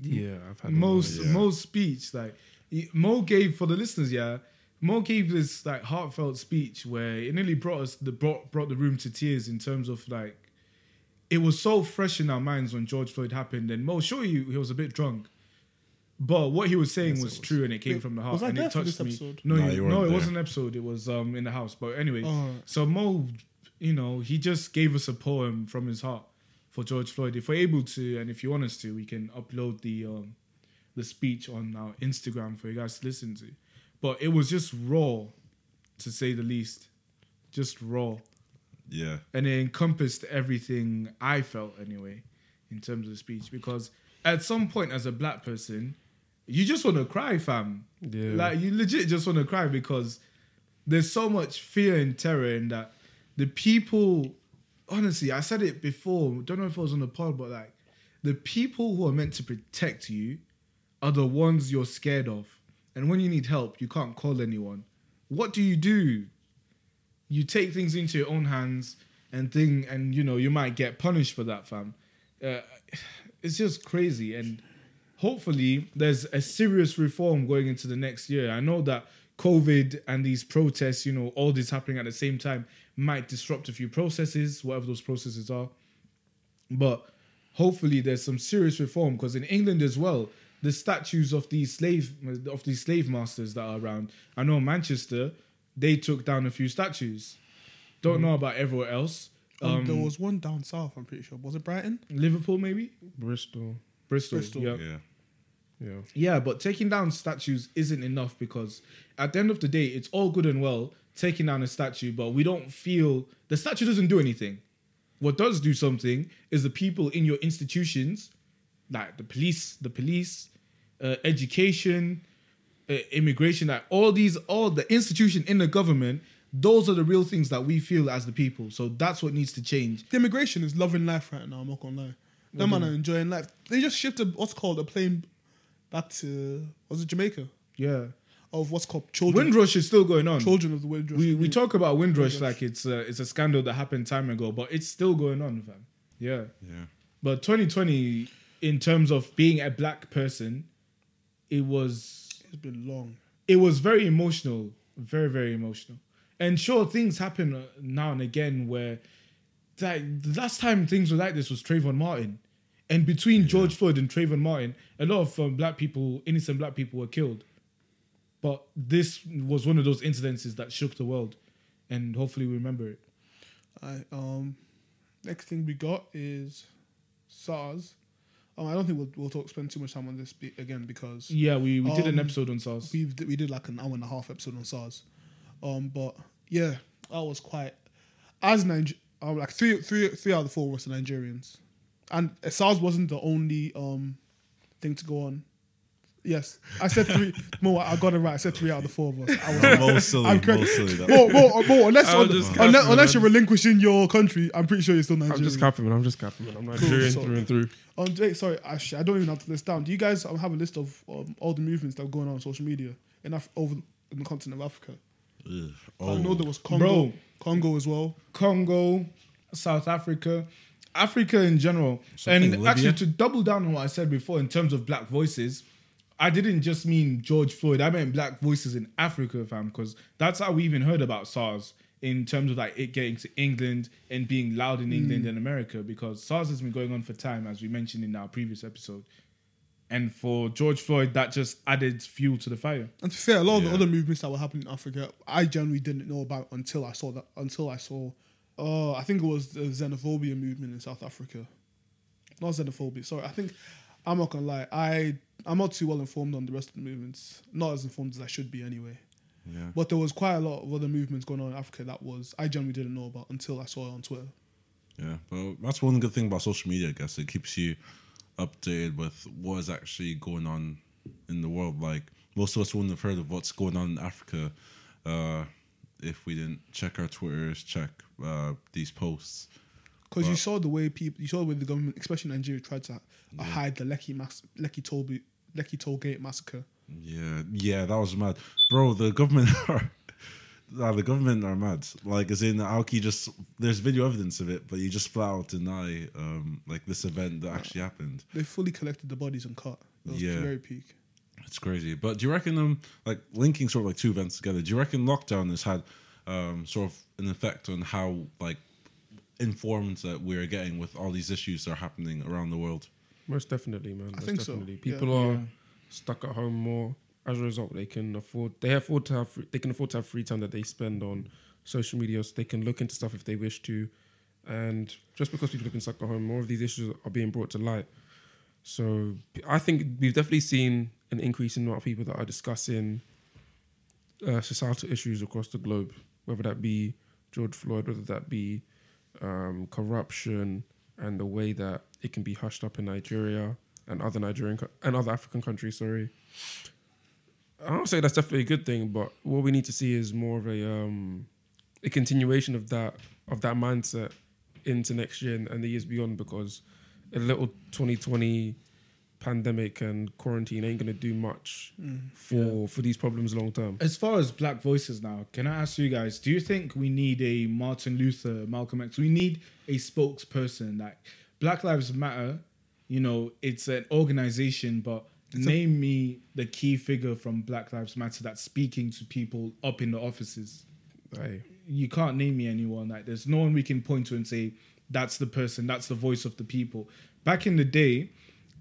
D: Yeah, I've had
B: Mo's
C: yeah.
B: Mo's speech, like he- Mo gave for the listeners, yeah. Mo gave this like heartfelt speech where it nearly brought us the brought brought the room to tears in terms of like it was so fresh in our minds when George Floyd happened. And Mo, sure you he was a bit drunk. But what he was saying was, true and it came
A: Wait,
B: from the heart
A: was I
B: and
A: there
B: it
A: for
B: touched
A: this
B: me.
A: episode?
B: No,
C: No,
B: you-
C: you weren't
B: no, it
C: there.
B: wasn't an episode. It was um in the house. But anyway,
A: Oh.
B: so Mo, you know, he just gave us a poem from his heart for George Floyd. If we're able to, and if you want us to, we can upload the um the speech on our Instagram for you guys to listen to. But it was just raw, to say the least, just raw,
C: Yeah.
B: and it encompassed everything I felt anyway, in terms of speech. Because at some point, as a black person, you just want to cry, fam.
D: Yeah.
B: Like you legit just want to cry because there's so much fear and terror in that. The people, honestly, I said it before. Don't know if it was on the pod, but like the people who are meant to protect you are the ones you're scared of. And when you need help, you can't call anyone. What do you do? You take things into your own hands and thing, and you know you might get punished for that, fam. Uh, it's just crazy and hopefully there's a serious reform going into the next year. I know that COVID and these protests, you know, all this happening at the same time might disrupt a few processes, whatever those processes are. But hopefully there's some serious reform because in England as well, the statues of these slave of these slave masters that are around. I know in Manchester, they took down a few statues. Don't know about everywhere else.
A: Um,
B: Um,
A: there was one down south. I'm pretty sure. Was it Brighton?
B: Liverpool, maybe
D: Bristol.
B: Bristol.
A: Bristol.
B: yeah.
C: Yeah.
D: Yeah.
B: Yeah, but taking down statues isn't enough because at the end of the day, it's all good and well taking down a statue, but we don't feel the statue doesn't do anything. What does do something is the people in your institutions, like the police, the police, uh, education, uh, immigration, like all these, all the institution in the government. Those are the real things that we feel as the people. So that's what needs to change.
A: The immigration is loving life right now. I'm not gonna lie. Them man are enjoying life. They just shifted what's called a plane back to was it Jamaica
B: Yeah,
A: of what's called children.
B: Windrush is still going on.
A: Children of the Windrush.
B: we, we
A: Group.
B: talk about Windrush like it's a, it's a scandal that happened time ago, but it's still going on, fam. Yeah.
C: Yeah.
B: But 2020, in terms of being a black person, it was
A: It's been long.
B: it was very emotional, very very emotional. And sure, things happen uh, now and again where like the last time things were like this was Trayvon Martin, and between George Floyd and Trayvon Martin, a lot of um, black people, innocent black people, were killed. But this was one of those incidences that shook the world, and hopefully we remember it.
A: I um, next thing we got is SARS. Um, I don't think we'll we'll talk spend too much time on this be, again because
B: Yeah, we, we did an
A: Um,
B: episode on SARS.
A: we we did like an hour and a half episode on SARS, um, but yeah, I was quite as Niger, um, like three three three out of the four was Nigerians, and uh, SARS wasn't the only um thing to go on. Yes, I said three. Mo, I got it right. I said three out of the four of us. I was
C: Mo silly,
A: I'm
C: Mo
A: correct.
C: silly. That-
A: Mo, Mo, Mo, unless,
D: I was just capping,
A: unless, unless you're
D: man.
A: relinquishing your country, I'm pretty sure you're still Nigerian.
D: I'm just capping, man. I'm just capping, man. I'm Nigerian
A: so-
D: through and through.
A: Um, wait, sorry, actually, I don't even have to list down. Do you guys um, have a list of um, all the movements that are going on on social media in Af- over in the continent of Africa?
C: Ugh.
A: I know
C: Oh,
A: there was Congo,
B: Bro.
A: Congo as well.
B: Congo, South Africa, Africa in general.
C: Something
B: and
C: Libya?
B: actually, to double down on what I said before in terms of black voices, I didn't just mean George Floyd. I meant black voices in Africa, fam, because that's how we even heard about SARS in terms of like it getting to England and being loud in England and America, because SARS has been going on for time, as we mentioned in our previous episode. And for George Floyd, that just added fuel to the fire.
A: And to be fair, a lot of
C: Yeah.
A: the other movements that were happening in Africa, I generally didn't know about until I saw that. Until I saw, uh, I think it was the xenophobia movement in South Africa. Not xenophobia. Sorry, I think I'm not gonna lie. I I'm not too well informed on the rest of the movements. Not as informed as I should be anyway.
C: yeah.
A: But there was quite a lot of other movements going on in Africa that was I generally didn't know about until I saw it on Twitter.
C: Yeah, well, that's one good thing about social media, I guess. It keeps you updated with what is actually going on in the world. Like, most of us wouldn't have heard of what's going on in Africa uh, if we didn't check our Twitters, check uh, these posts.
A: Because you
C: Right.
A: saw the way people, you saw the way the government, especially Nigeria, tried to uh, hide the Lekki mass, Lekki toll, bu- Lekki toll gate massacre.
C: Yeah, yeah, that was mad. Bro, the government are. Nah, the government are mad. Like, as in, Alki just there's video evidence of it, but you just flat out deny um, like this event that actually happened.
A: They fully collected the bodies and cut. That was
C: Yeah.
A: very peak.
C: It's crazy. But do you reckon um like linking sort of like two events together, do you reckon lockdown has had um sort of an effect on how like informed that we're getting with all these issues that are happening around the world?
D: Most definitely, man. Most
A: think so.
D: definitely.
A: Yeah.
D: People are stuck at home more. As a result, they can afford they afford to have free, they can afford to have free time that they spend on social media. So they can look into stuff if they wish to, and just because people have been stuck at home, more of these issues are being brought to light. So I think we've definitely seen an increase in the amount of people that are discussing uh, societal issues across the globe, whether that be George Floyd, whether that be um, corruption and the way that it can be hushed up in Nigeria and other Nigerian co- and other African countries. Sorry, I don't say that's definitely a good thing, but what we need to see is more of a um, a continuation of that of that mindset into next year and, and the years beyond because a little 2020 pandemic and quarantine ain't gonna do much for for these problems long term.
B: As far as black voices now, can I ask you guys, do you think we need a Martin Luther, Malcolm X? We need a spokesperson. Like Black Lives Matter, you know, it's an organization, but name me the key figure from Black Lives Matter that's speaking to people up in the offices.
D: Aye.
B: You can't name me anyone. Like there's no one we can point to and say, that's the person, that's the voice of the people. Back in the day,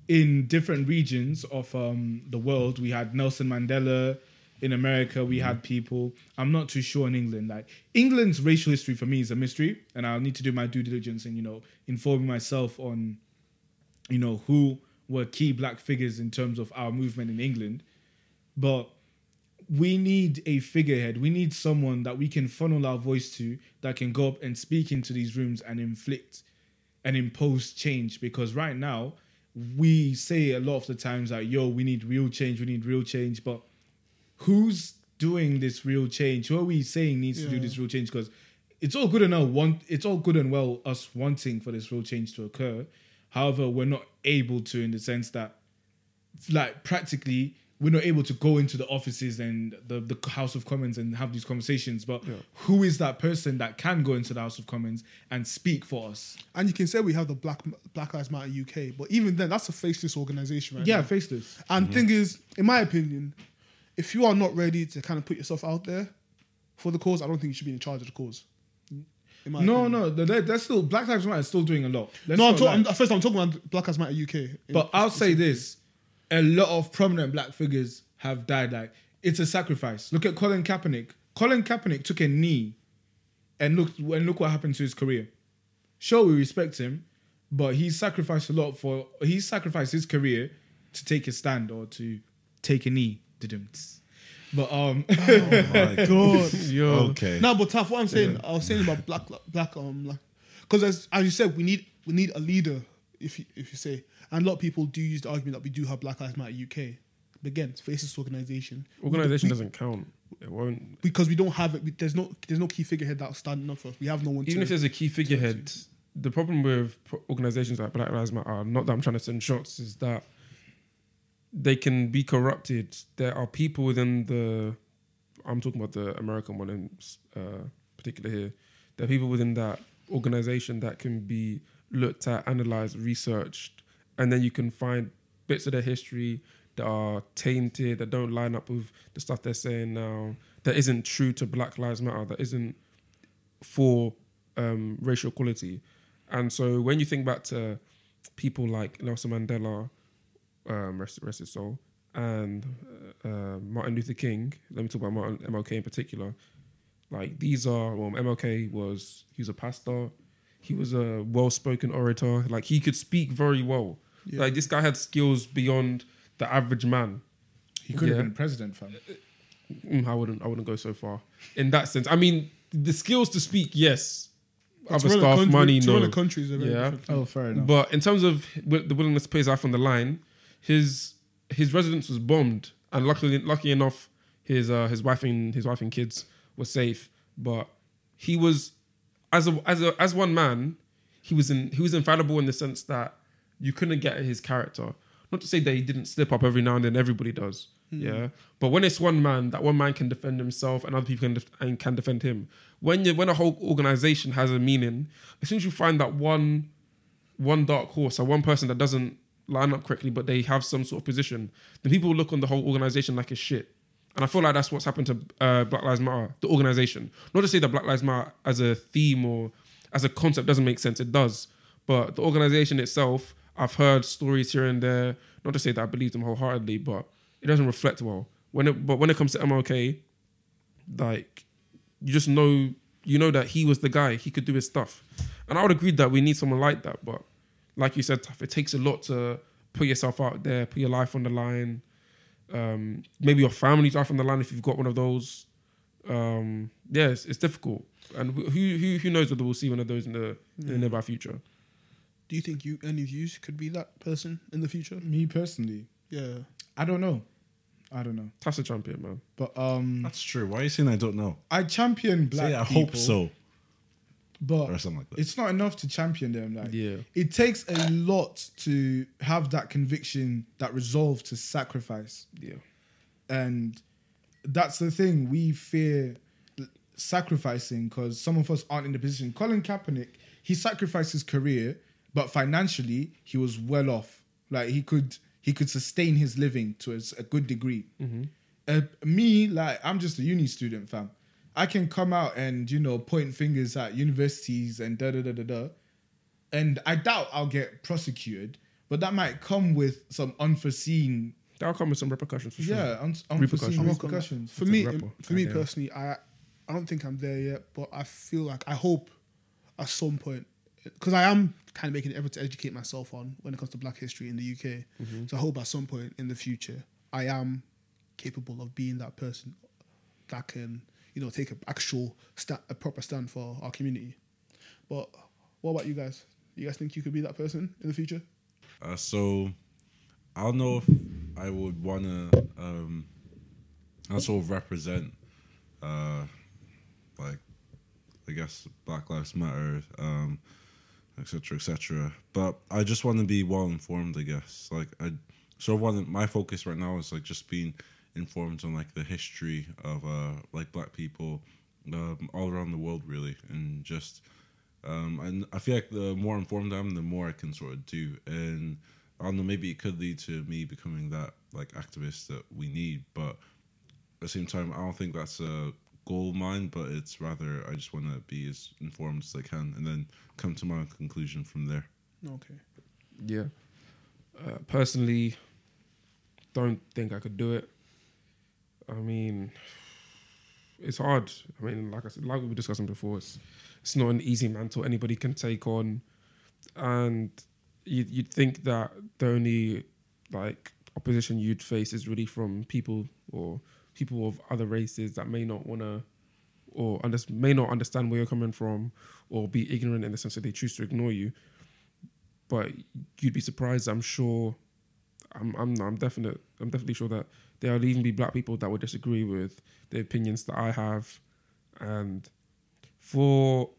B: in different regions of um, the world, we had Nelson Mandela, in America, we had people. I'm not too sure in England. Like England's racial history for me is a mystery, and I'll need to do my due diligence and you know informing myself on, you know, who were key black figures in terms of our movement in England. But we need a figurehead. We need someone that we can funnel our voice to that can go up and speak into these rooms and inflict and impose change. Because right now, we say a lot of the times that, yo, we need real change, we need real change. But who's doing this real change? Who are we saying needs to do this real change? Because it's all good and well, want, it's all good and well us wanting for this real change to occur. However, we're not able to in the sense that like practically we're not able to go into the offices and the, the House of Commons and have these conversations. But who is that person that can go into the House of Commons and speak for us?
H: And you can say we have the Black Black Lives Matter UK, but even then, that's a faceless organization, right?
B: Yeah,
H: now.
B: faceless.
H: And
C: Mm-hmm.
H: thing is, in my opinion, if you are not ready to kind of put yourself out there for the cause, I don't think you should be in charge of the cause. In my
B: No,
H: opinion.
B: no, they're, they're still Black Lives Matter is still doing a lot. Let's
H: no. I'm
B: not
H: talk-
B: lie.
H: I'm, first, I'm talking about Black Lives Matter UK.
B: But I'll say this: a lot of prominent black figures have died. Like it's a sacrifice. Look at Colin Kaepernick. Colin Kaepernick took a knee, and look and look what happened to his career. Sure, we respect him, but he sacrificed a lot for he sacrificed his career to take a stand or to take a knee. Didn't. But um,
C: Like,
H: God.
C: okay.
H: No, but tough. What I'm saying, I was saying about black, black, um, like, because as as you said, we need we need a leader. If you, if you say, and a lot of people do use the argument that we do have Black Lives Matter UK, but again, it's faceless organization
D: Organization doesn't count. It won't.
H: because we don't have it. We, there's no there's no key figurehead that's standing up for us. We have no one.
D: Even
H: to,
D: if there's a key figurehead, the problem with pro- organizations like Black Lives Matter, not that I'm trying to send shots, is that they can be corrupted. There are people within the, I'm talking about the American one in uh, particular here. There are people within that organization that can be looked at, analyzed, researched, and then you can find bits of their history that are tainted, that don't line up with the stuff they're saying now, that isn't true to Black Lives Matter, that isn't for um, racial equality. And so when you think back to people like Nelson Mandela, um, rest, rest his soul, and uh, uh, Martin Luther King, let me talk about Martin, MLK in particular. Like these are, well, MLK was, he was a pastor, he was a well spoken orator, like he could speak very well. Like this guy had skills beyond the average man.
B: he could have
D: Yeah.
B: been president, fam.
D: Mm, I wouldn't. I wouldn't go so far in that sense. I mean, the skills to speak, yes.
H: to
D: Other
H: run a
D: stuff,
H: country-
D: money,
H: to
D: no.
H: run a country is a very
D: yeah,
H: different
B: Oh, fair enough.
D: but in terms of wi- the willingness to put his life on the line, his his residence was bombed, and luckily, lucky enough, his uh, his wife and his wife and kids were safe. But he was, as a, as a, as one man, he was in he was infallible in the sense that you couldn't get at his character. Not to say that he didn't slip up every now and then. Everybody does,
B: Hmm.
D: yeah. But when it's one man, that one man can defend himself, and other people can def- and can defend him. When you when a whole organization has a meaning, as soon as you find that one one dark horse or one person that doesn't line up correctly, but they have some sort of position, then people look on the whole organization like a shit. And I feel like that's what's happened to uh, Black Lives Matter, the organization. Not to say that Black Lives Matter as a theme or as a concept doesn't make sense, it does. But the organization itself, I've heard stories here and there. Not to say that I believe them wholeheartedly, but it doesn't reflect well. When it, but when it comes to MLK, like you just know you know that he was the guy he could do his stuff and i would agree that we need someone like that but like you said Taf, it takes a lot to put yourself out there put your life on the line um, maybe your family's life on the line if you've got one of those um, yeah it's, it's difficult and who, who who knows whether we'll see one of those in the in the nearby future
H: do you think you any of you could be that person in the future?
B: me personally,
H: Yeah.
B: I don't know. I don't know.
D: Taf's a champion man
B: But um,
C: That's true. Why are you saying I don't know?
B: I champion black.
C: Say I
B: people.
C: hope so.
B: but
C: or something like that.
B: It's not enough to champion them. Like,
D: Yeah.
B: it takes a lot to have that conviction, that resolve to sacrifice,
D: yeah
B: and that's the thing we fear sacrificing because some of us aren't in the position. Colin Kaepernick, he sacrificed his career, but financially he was well off. Like he could he could sustain his living to a, s- a good degree. Uh, me, like I'm just a uni student, fam. I can come out and you know point fingers at universities and da da da da da, and I doubt I'll get prosecuted. But that might come with some unforeseen
D: That'll come with some repercussions for sure.
B: Yeah, un-
D: Repercussions.
B: unforeseen
D: I'm
B: repercussions.
D: not
A: gonna- for
B: It's
A: me,
D: a rapper.
A: for me
D: Yeah.
A: personally, I I don't think I'm there yet, but I feel like I hope at some point because I am kind of making an effort to educate myself on when it comes to Black history in the UK. So I hope at some point in the future I am capable of being that person that can you know take an actual sta- a proper stand for our community. But what about you guys? You guys think you could be that person in the future?
C: Uh, so I don't know if I would want to um, I sort of represent, uh, like, I guess Black Lives Matter, um, et cetera, et cetera. But I just want to be well informed, I guess. Like, I sort of want to, my focus right now is like just being informed on like the history of uh, like Black people um, all around the world, really, and just um, and I feel like the more informed I am, the more I can sort of do. And I don't know, maybe it could lead to me becoming that like activist that we need. But at the same time, I don't think that's a goal of mine. But it's rather I just want to be as informed as I can, and then come to my own conclusion from there.
A: Okay.
D: Yeah. Uh, personally, don't think I could do it. I mean, it's hard. I mean, like I said, like we were discussing before, it's it's not an easy mantle anybody can take on, and you'd, you'd think that the only like opposition you'd face is really from people or people of other races that may not want to or under, may not understand where you're coming from or be ignorant in the sense that they choose to ignore you but you'd be surprised. I'm sure. I'm I'm I'm definite. I'm definitely sure that there'll even be black people that would disagree with the opinions that I have, and for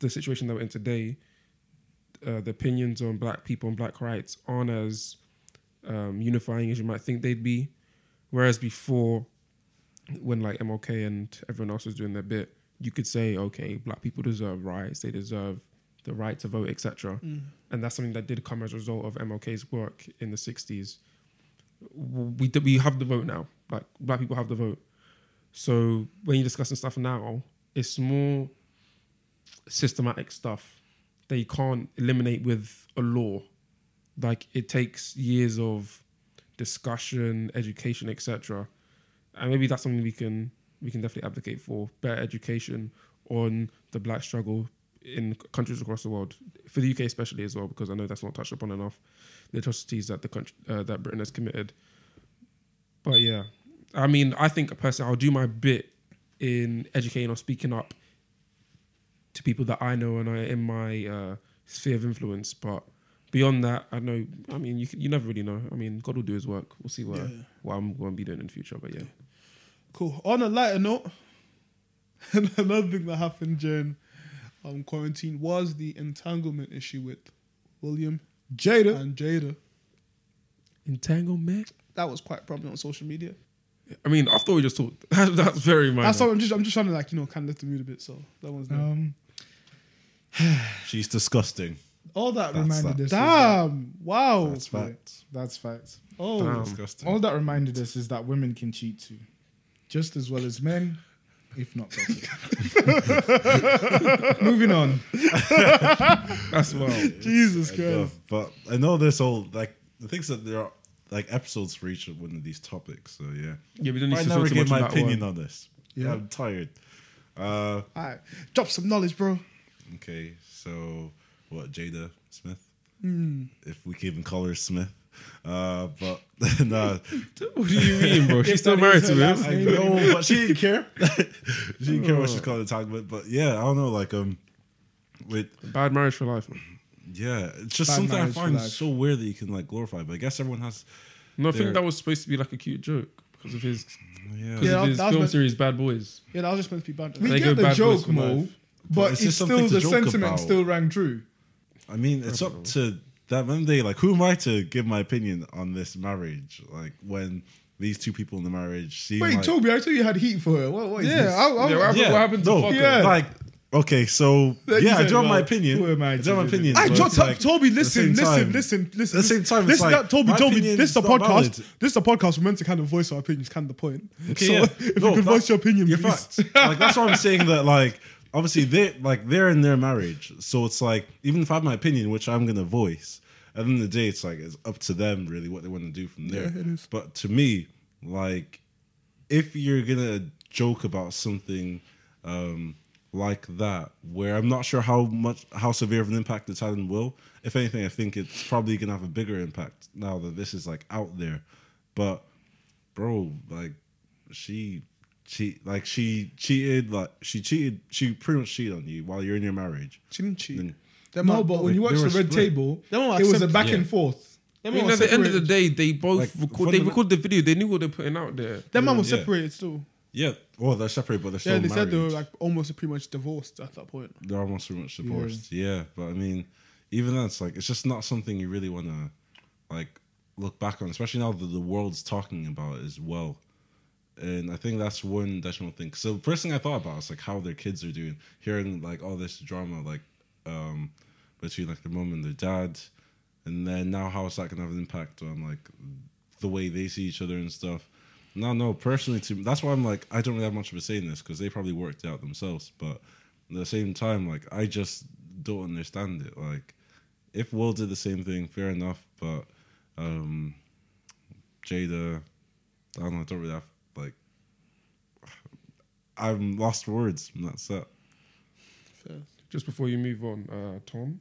D: the situation that we're in today, uh, the opinions on black people and black rights aren't as um, unifying as you might think they'd be. Whereas before, when like MLK and everyone else was doing their bit, you could say, okay, black people deserve rights, they deserve the right to vote, etc. And that's something that did come as a result of MLK's work in the 60s. W- We, d- we have the vote now, like black people have the vote. So when you're discussing stuff now, it's more systematic stuff that you can't eliminate with a law. Like it takes years of discussion, education, etc. And maybe that's something we can we can definitely advocate for better education on the black struggle in c- countries across the world, for the UK especially as well, because I know that's not touched upon enough. The atrocities that the country uh, that Britain has committed. But yeah, I mean, I think personally, I'll do my bit in educating or speaking up to people that I know and are in my uh, sphere of influence. But beyond that, I know. I mean, you c- you never really know. I mean, God will do His work. We'll see what
A: Yeah.
D: what I'm going to be doing in the future. But yeah,
A: Cool. On a lighter note, another thing that happened during um, quarantine was the entanglement issue with William
B: Jada.
A: and Jada.
D: entanglement.
A: That was quite prominent on social media.
D: I mean, I thought we just talked. that's very minor.
A: That's what I'm just I'm just trying to like you know kind of lift the mood a bit. So that one's there.
B: Um,
C: She's disgusting.
A: all that.
C: That's
B: reminded us.
C: that.
B: Is
A: Damn! Wow.
C: That's facts.
B: that, that's facts.
A: oh,
D: Damn.
C: Disgusting.
B: All that reminded us is that women can cheat too, just as well as men, if not better. Moving on.
D: That's wild.
A: Jesus
C: I
A: Christ!
C: love- But I know this whole like the things that there are like episodes for each one of these topics. So yeah,
D: Yeah, we don't need
C: I
D: to talk
C: never
D: too
C: give
D: much
C: my
D: about
C: opinion
D: one.
C: on this. Yeah, I'm tired. Uh,
A: All right, drop some knowledge, bro.
C: Okay, so what Jada Smith?
B: Hmm.
C: If we can even call her Smith. Uh, but no,
D: What do you mean, bro? She's still married to him.
C: I know, but she didn't care. she didn't care what
B: Oh.
C: she's called entanglement. But yeah, I don't know. Like um, with
D: Bad marriage for life. man.
C: yeah, it's just
B: Bad
C: something I
B: marriage for
C: find
B: life.
C: so weird that you can like glorify. But I guess everyone has.
D: No, I
C: There.
D: think that was supposed to be like a cute joke because of his,
C: Yeah,
D: because
A: Yeah,
D: of his
A: that was
D: film
A: meant-
D: series Bad Boys.
A: Yeah, that was just meant to be banter.
B: We
D: They go
B: get the
D: bad boys
B: joke,
D: for
B: Mo,
D: life.
B: but
C: it's
B: it's,
C: just something
B: still
C: to
B: the
C: joke
B: sentiment
C: about.
B: still rang true.
C: I mean, it's up to that one day. Like, who am I to give my opinion on this marriage? Like, when these two people in the marriage seem
B: Wait,
C: like,
B: Toby, I thought you had heat for her. What, what is
A: yeah,
B: this?
A: I, I,
D: Yeah, what happened,
C: Yeah.
D: what happened to
C: No,
D: fuck
B: yeah.
C: like okay, so
B: Like you
C: yeah, I
B: said,
C: do have my
B: well,
C: opinion.
B: who am I
C: I
B: to
C: do have my
B: do this?
C: opinion.
A: I
C: but
A: dropped
C: it's
A: up,
C: like,
A: Toby.
C: at the
A: Listen,
C: same
A: listen,
C: time-
A: listen, listen.
C: At the same time, it's
A: listen,
C: like,
A: that- Toby,
C: my
A: Toby.
C: opinion's
A: This is a
C: not
A: podcast.
C: valid.
A: This is a podcast. We're meant to kind of voice our opinions, kind of the point.
C: Okay,
A: so
C: yeah.
A: if
C: No,
A: you can
C: that-
A: voice your opinion,
C: your
A: please.
C: facts. like that's why I'm saying that. Like obviously they like they're in their marriage, so it's like even if I have my opinion, which I'm gonna voice. At at the end of the day, it's like it's up to them really what they want to do from there. But to me, like if you're gonna joke about something um, like that, where I'm not sure how much how severe of an impact it's had and will, if anything, I think it's probably gonna have a bigger impact now that this is like out there. But bro, like she she like she cheated like she cheated she pretty much cheated on you while you're in your marriage.
A: She didn't cheat.
C: Then-
A: Them
B: No,
A: man-
B: but when you
C: they
B: watch
C: were
B: the red
C: split.
B: table,
A: Them all
B: it was a
A: accept-
B: back
C: Yeah.
B: and forth.
D: I
A: them man
D: mean,
A: were
D: at the end of the
A: separated.
D: day, they both
C: Like,
D: record, they
C: fundament-
D: recorded the video. They knew what they're putting out there.
A: Them man was
C: Yeah.
A: separated still.
C: Yeah, well they're separate, but they're still
A: Yeah, they
C: married.
A: said they were like almost pretty much divorced at that point.
C: they're almost pretty much divorced. Yeah. but I mean, even that's like it's just not something you really want to like look back on, especially now that the world's talking about it as well. And I think that's one detrimental thing. So first thing I thought about was like how their kids are doing, hearing like all this drama like um between like their mom and their dad, and then now how is that gonna have an impact on like the way they see each other and stuff. No, no, personally, to that's why I'm like I don't really have much of a say in this because they probably worked it out themselves. But at the same time, like I just don't understand it. Like if Will did the same thing, fair enough. But um Jada, I don't know. I don't really have like I'm lost for words. And that's it.
D: Just before you move on, uh, Tom,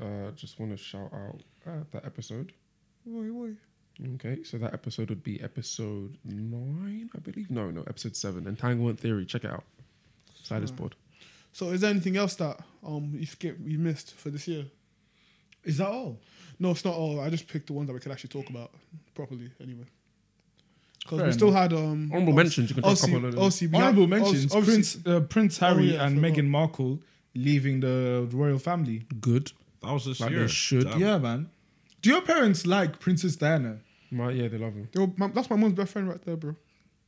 D: uh, just want to shout out uh, that episode.
A: Why, why?
D: Okay, so that episode would be episode nine, I believe. No, no, episode seven. Entanglement Theory. Check it out. Sidus board.
A: So, is there anything else that um you forget you missed for this year?
B: Is that all?
A: No, it's not all. I just picked the ones that we could actually talk about properly, anyway. Because we
B: Fair
A: still had um
D: Honorable mentions. You can drop a couple of
A: OC,
D: them.
A: OC, we had-
B: Honorable
A: OC
B: mentions:
A: obviously-
B: Prince, uh, Prince Harry
A: yeah, I
B: and
A: forgot.
B: Meghan Markle leaving the royal family.
D: Good.
C: That was this
D: Like they
C: year.
D: should,
C: Damn.
B: yeah, man. Do your parents like Princess Diana?
D: My, yeah, they love him.
A: Yo, my- that's my mom's best friend right there, bro.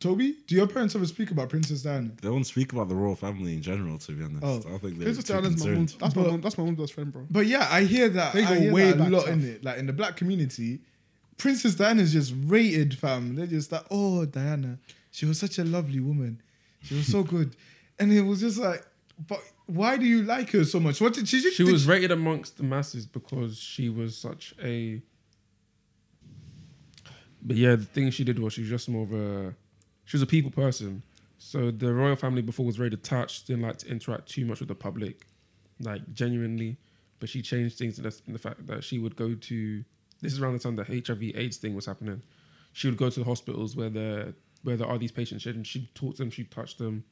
B: Toby, do your parents ever speak about Princess Diana?
C: They don't speak about the royal family in general. To be honest,
B: Oh.
C: I don't think they're
A: This is
C: too
A: my
C: concerned.
A: mom's. That's my
B: But-
A: mom, That's my mom's best friend, bro.
B: But yeah, I hear that.
A: They
B: I
A: go
B: hear
A: way
B: that
A: back
B: a lot
A: south.
B: in it. Like in the black community, Princess Diana's just rated, fam. They're just like, oh, Diana, she was such a lovely woman. She was so good, and it was just like, but why do you like her so much? What did she?
D: She
B: did-
D: was rated amongst the masses because she was such a. But yeah, the thing she did was she was just more of a. She was a people person. So the royal family before was very detached, didn't like to interact too much with the public, like genuinely. But she changed things in the, in the fact that she would go to. This is around the time the HIV/AIDS thing was happening. She would go to the hospitals where the where there are these patients, and she'd talk to them, she'd touch them,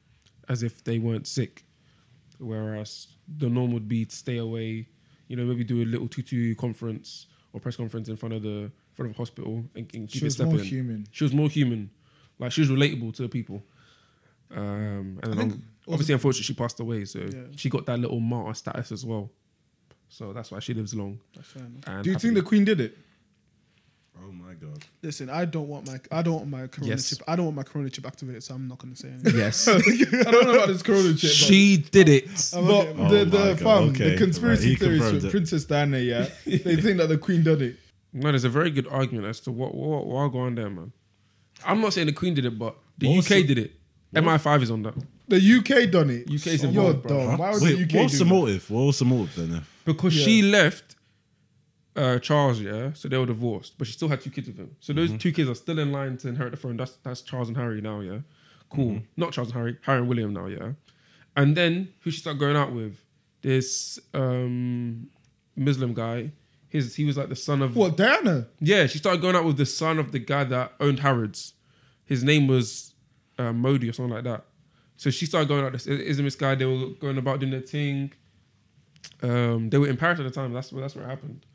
D: as if they weren't sick whereas the norm would be to stay away, you know, maybe do a little tutu conference or press conference in front of the front of a hospital and, and keep
B: She
D: it
B: was more
D: stepping.
B: human.
D: She was more human, like she was relatable to the people. Um, and um, obviously, unfortunately, she passed away, so she got that little martyr status as well. So that's why she lives long. And
B: Do you think
D: happily.
B: the Queen did it?
C: Oh my god.
A: Listen, I don't want my I don't want my corona
D: Yes.
A: chip. I don't want my corona chip activated, so I'm not gonna say anything.
D: yes,
B: I don't know about Um, this corona chip. but-
D: she did it?
B: But
C: Oh
B: the,
C: my
B: the,
C: God,
B: fam,
C: okay.
B: the conspiracy
C: Right, he
B: theories
C: confirmed
B: with
C: it.
B: Princess Diana, yeah, they think that the Queen did it.
D: No, there's a very good argument as to what what, what go on there, man. I'm not saying the Queen did it, but the
C: What was
D: UK
C: the-
D: did it. MI5 is on that.
B: The UK done it.
D: UK is
B: You're
D: involved, bro.
B: dumb. Why would
C: Wait,
B: the UK
C: what was
B: do
C: the
B: that?
C: motive? What was the motive then? If
D: because she left uh, Charles, yeah, so they were divorced, but she still had two kids with him. So those two kids are still in line to inherit the throne. That's that's Charles and Harry now, yeah. Cool. Not Charles and Harry, Harry and William now, yeah. And then who she started going out with? This um, Muslim guy. His he was like the son of
B: What Diana?
D: yeah, she started going out with the son of the guy that owned Harrods. His name was uh, Modi or something like that. So she started going out with this Islamist guy. They were going about doing their thing. Um, they were in Paris at the time. That's where that's where it happened.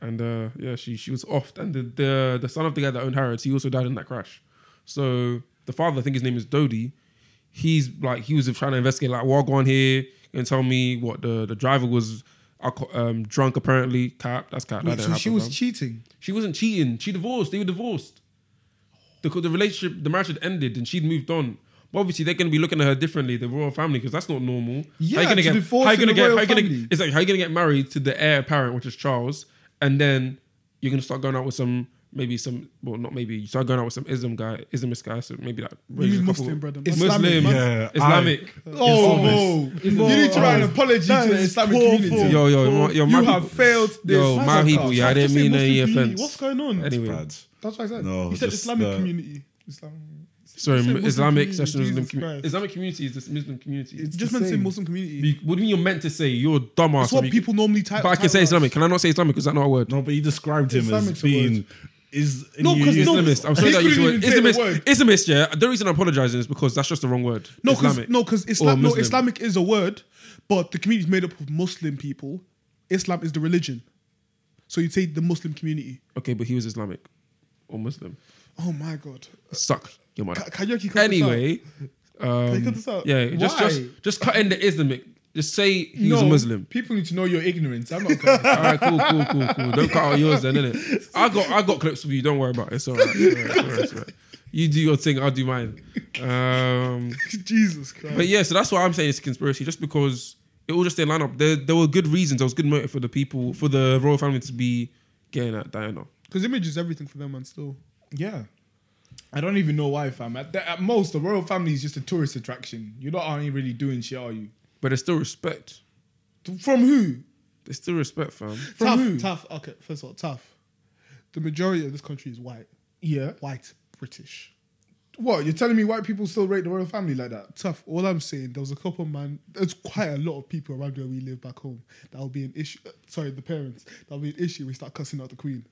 D: And uh, yeah, she she was off. And the, the the son of the guy that owned Harrods, he also died in that crash. So the father, I think his name is Dodi. He's like he was trying to investigate like what go on here and tell me what the the driver was alco- um, drunk apparently. Cap, that's cap.
B: Wait,
D: that
B: so
D: didn't
B: she
D: happen,
B: was
D: fam.
B: cheating.
D: She wasn't cheating. She divorced. They were divorced. The, the relationship, the marriage had ended, and she'd moved on. But obviously, they're going to be looking at her differently, the royal family, because that's not normal.
B: Yeah,
D: how you gonna
B: to
D: get?
B: divorce
D: how you
B: in
D: gonna
B: the
D: get?
B: royal
D: How you gonna?
B: family.
D: It's like how you gonna get married to the heir apparent, which is Charles, and then you're gonna start going out with some maybe some well not maybe you start going out with some Islam guy, Islamist guy, so maybe that
A: You
D: raises a
A: mean
D: couple-
A: Muslim, brother?
I: It's
A: Muslim.
D: Muslim,
I: Islamic.
C: Yeah,
D: Islamic.
B: Oh, no. you need to write an apology
I: That
B: to the
I: is
B: Islamic
I: poor
B: community.
I: form.
D: Yo, yo, my, yo, my
B: you
D: people-
B: have failed this.
D: yo, my
B: podcast.
D: people, yeah,
A: Just
D: I didn't
A: say
D: mean
A: Muslim
D: any
A: community.
D: offense.
A: What's going on?
D: Anyway,
C: bad.
A: That's what I said.
C: No,
A: you said
C: just
A: Islamic
C: the-
A: community.
B: Islam.
D: sorry,
A: You said
D: m-
A: Muslim
D: Islamic
A: community,
D: section of Muslim
A: Jesus
D: community.
A: Christ.
D: Islamic community is this Muslim community.
A: It's
D: It's
A: just
D: the
A: meant to say
D: same.
A: Muslim community.
D: You- What do you mean you're meant to say? You're a dumbass.
A: That's what
D: when you-
A: people normally type.
D: but I can say Islamic. Can I not say Islamic? Is that not a word?
C: No, but you described him
A: Islamic's
C: as
A: a word.
C: being is
A: No, 'cause no-
D: Islamist. I'm sorry
B: He
D: that you used the word.
B: couldn't even say the
D: Islamist. Islamist. Yeah. The reason I'm apologizing is because that's just the wrong word.
A: No, because
D: Islamic.
A: no, because
D: Or
A: Islam, no,
D: Muslim.
A: Islamic is a word, but the community is made up of Muslim people. Islam is the religion, so you say the Muslim community.
D: Okay, but he was Islamic or Muslim.
A: Oh my god!
D: Suck your mother.
A: Ka- Kayoki, cut this out.
D: Anyway, um,
A: cut this out?
D: yeah, just
B: Why?
D: just just cut in the Islamic. Just say he was a Muslim.
B: People need to know your ignorance. I'm not. Coming.
D: All right, cool, cool, cool, cool. Don't cut out yours then, innit? I got I got clips for you. Don't worry about it. It's all right. It's all right, it's all right, it's all right. You do your thing. I'll do mine. Um,
A: Jesus Christ!
D: But yeah, so that's why I'm saying it's a conspiracy, just because it all just didn't line up. There, there were good reasons. There was good motive for the people, for the royal family to be getting at Diana.
A: Because image is everything for them, and still.
B: yeah. I don't even know why, fam. At, the, at most, the royal family is just a tourist attraction. You lot aren't really doing shit, are you?
D: But there's still respect.
B: From who?
D: There's still respect, fam.
B: From
A: tough,
B: who?
A: tough. Okay, first of all, tough. The majority of this country is white,
B: Yeah.
A: white British.
B: What? You're telling me white people still rate the royal family like that?
A: Tough. All I'm saying, there was a couple man. There's quite a lot of people around where we live back home that will be an issue. uh, Sorry, the parents that will be an issue. We start cussing out the queen.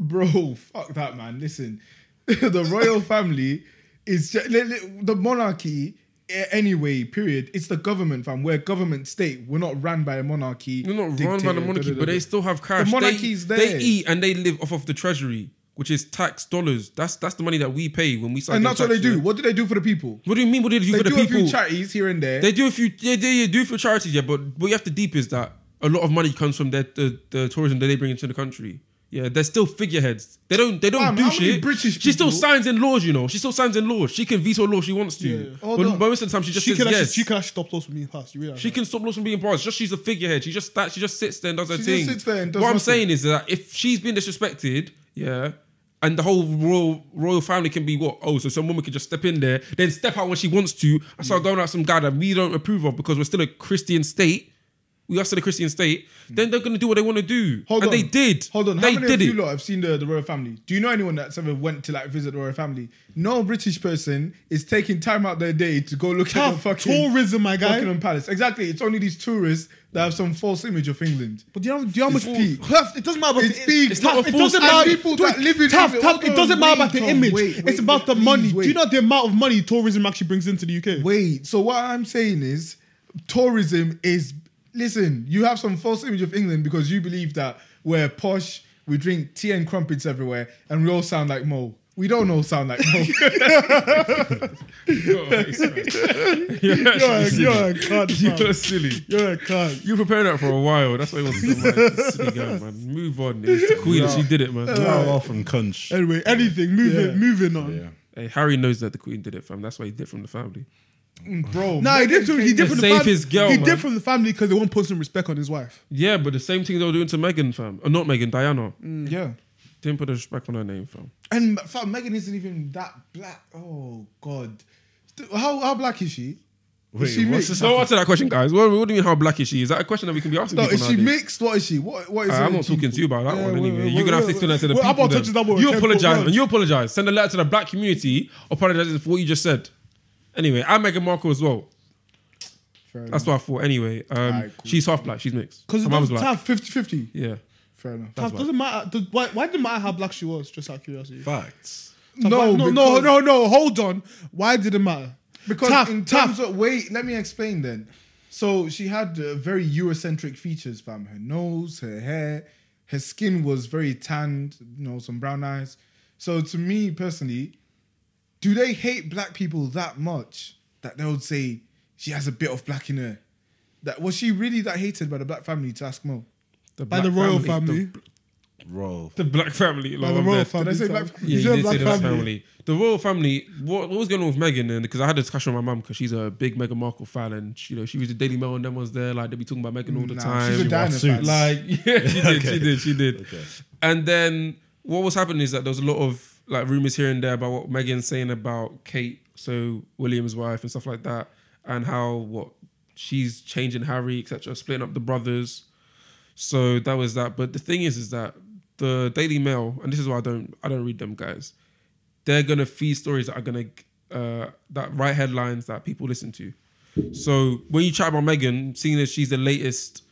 B: Bro, fuck that, man. Listen, the royal family is ju- li- li- the monarchy. a- Anyway, period. It's the government, fam. We're a government state. We're not ran by a monarchy.
D: They're not run by
B: dictator,
D: the monarchy,
B: da, da,
D: but
B: da,
D: they
B: da.
D: still have cash.
B: The monarchy's
D: they,
B: there.
D: They eat and they live off of the treasury, which is tax dollars. That's that's the money that we pay when we start.
B: and
D: getting
B: that's what they
D: taxed,
B: do.
D: yeah.
B: What do they do for the people?
D: What do you mean? What do they do
B: They
D: for
B: do
D: the
B: a few
D: people?
B: charities here and there.
D: They do a few, yeah, they yeah, do a few charities, yeah. But what you have to deep is that a lot of money comes from their, the the tourism that they bring into the country. Yeah, they're still figureheads. They don't they don't
B: Fam,
D: do
B: how many
D: shit.
B: British
D: she still
B: people-
D: signs in laws, you know. She still signs in laws. She can veto laws she wants to.
A: Hold
D: But
A: on.
D: most of the time, she just
A: she
D: says
A: can
D: yes.
A: actually, she can actually stop laws from being passed. You realize?
D: She
A: that?
D: can stop laws from being bars. Just she's a figurehead. She just that she just sits there and does her
B: She just
D: thing.
B: sits there and does
D: what I'm
B: nothing.
D: saying is that if she's been disrespected, yeah, and the whole royal royal family can be what? Oh, so some woman can just step in there, then step out when she wants to, and start going out some guy that we don't approve of because we're still a Christian state. We are still a Christian state. Then they're gonna do what they want to do,
B: Hold
D: and
B: on.
D: they did.
B: Hold on. How
D: they
B: many
D: did
B: of you
D: it.
B: lot have seen the, the royal family? Do you know anyone that's ever went to like visit the royal family? No British person is taking time out their day to go look at the
A: Tough
B: fucking
A: tourism, my guy.
B: Buckingham Palace. Exactly. It's only these tourists that have some false image of England.
A: But do you know, do you know how much
B: It's
A: peak? It doesn't matter about
B: It's
A: the
B: peak.
A: It's
B: It's
A: tough.
B: not a
A: it
B: false-
A: doesn't
B: and
A: matter.
B: people that live in
A: tough,
B: England-
A: tough.
B: Hold
A: It doesn't
B: on,
A: matter about the
B: wait, Tom,
A: image.
B: wait, wait,
A: it's about the
B: please,
A: money. Do you
B: wait.
A: know the amount of money tourism actually brings into the UK?
B: Wait. So what I'm saying is, tourism is. Listen, you have some false image of England because you believe that we're posh, we drink tea and crumpets everywhere, and we all sound like Mo. We don't all sound like Mo.
A: You're, a- you're a cunt,
D: You
A: man.
D: are silly.
A: You're a cunt.
D: You prepared that for a while. That's why he wants to come back. Silly guy, man. Move on. It was the queen. She did it, man.
C: Well off from Cunch.
A: Anyway, anything. Moving, moving on.
C: Yeah.
D: Hey, Harry knows that the Queen did it, fam. That's why he did it from the family.
B: Bro.
A: Nah, he did. He did from the
D: Save
A: family.
D: his girl,
A: he
D: man.
A: did from the family because they won't put some respect on his wife.
D: Yeah, but the same thing they were doing to Megan, fam. Or not Megan, Diana.
B: Yeah.
D: Didn't put the respect on her name, fam.
B: And fam, Megan isn't even that black. Oh God, how how black is she?
C: Wait,
B: she
C: what's
B: mixed?
C: this?
D: So answer that question, guys. What, what do you mean? How black is she? Is that a question that we can be asking?
B: No,
D: people
B: is she
D: nowadays?
B: mixed? What is she? What what is?
D: Alright,
B: her
D: I'm not talking to you about that
B: Yeah,
D: one
B: well,
D: anyway.
B: well,
D: You're gonna have
B: well,
D: to explain that to the
A: well, I'm
D: people.
A: not
D: then.
A: touching that one with
D: You
A: 10
D: apologize
A: foot
D: and you apologize. Send a letter to the black community. Apologizing for what you just said. Anyway, and Meghan Markle as well.
B: Fair
D: That's what I thought. Anyway, um,
B: Alright, cool.
D: she's half black. She's mixed.
A: Because
D: Her
A: it
D: mum's
A: doesn't
D: black.
A: tough.
B: 50-50.
D: Yeah.
B: Fair enough.
A: tough. Doesn't matter. Does- Why? Why did it matter how black she was? Just out of curiosity.
C: Facts.
A: Tough,
B: No,
A: why- no, no,
B: because-
A: no, no. Hold on. Why did it matter?
B: Because
A: tough,
B: in
A: tough.
B: terms of wait, let me explain then. So she had uh, very Eurocentric features, fam. Her nose, her hair, her skin was very tanned. You know, some brown eyes. So to me personally, do they hate black people that much that they would say she has a bit of black in her? That was she really that hated by the black family? To ask Mo.
A: by the royal family.
C: Roll.
D: The, black family.
A: By
D: like,
A: the
D: I'm
A: royal
D: there.
A: family.
B: I say
A: so-
B: black-
D: Yeah, you
A: said
D: did say the black family. The royal family. What, what was going on with Meghan? And because I had a discussion with my mum because she's a big Meghan Markle fan, and she, you know she was the Daily Mail and them was there. Like they be talking about Meghan all the
B: Nah,
D: time.
B: she's a
C: wore
B: dinosaur.
C: suits.
B: Like,
D: like yeah, she did, she did, she did.
C: Okay.
D: And then what was happening is that there was a lot of like rumors here and there about what Megan's saying about Kate, so William's wife and stuff like that, and how what she's changing Harry, etc., splitting up the brothers. So that was that. But the thing is, is that the Daily Mail, and this is why I don't, I don't read them guys. They're gonna feed stories that are gonna uh, that write headlines that people listen to. So when you chat about Megan, seeing that she's the latest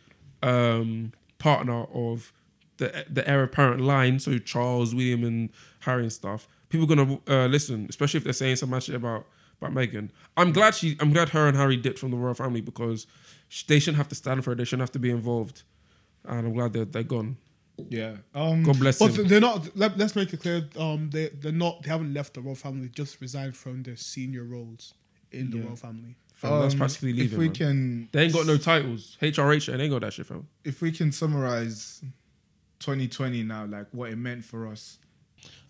D: um, partner of the the heir apparent line, so Charles, William, and Harry and stuff, people gonna uh, listen, especially if they're saying some mad shit about about Megan. I'm glad she, I'm glad her and Harry dipped from the royal family because sh- they shouldn't have to stand for it. They shouldn't have to be involved, and I'm glad they're they're gone.
B: Yeah. Um,
D: God bless
A: But
D: him.
A: they're not. Let, us make it clear. Um, they they're not. They haven't left the royal family. They just resigned from their senior roles in the
B: Yeah.
A: royal family.
D: Fam, that's
B: um,
D: practically
B: If
D: leaving.
B: we
D: man.
B: can,
D: They ain't got no titles. HRH, they ain't got that shit, fam.
B: if we can summarize 2020 now, like what it meant for us.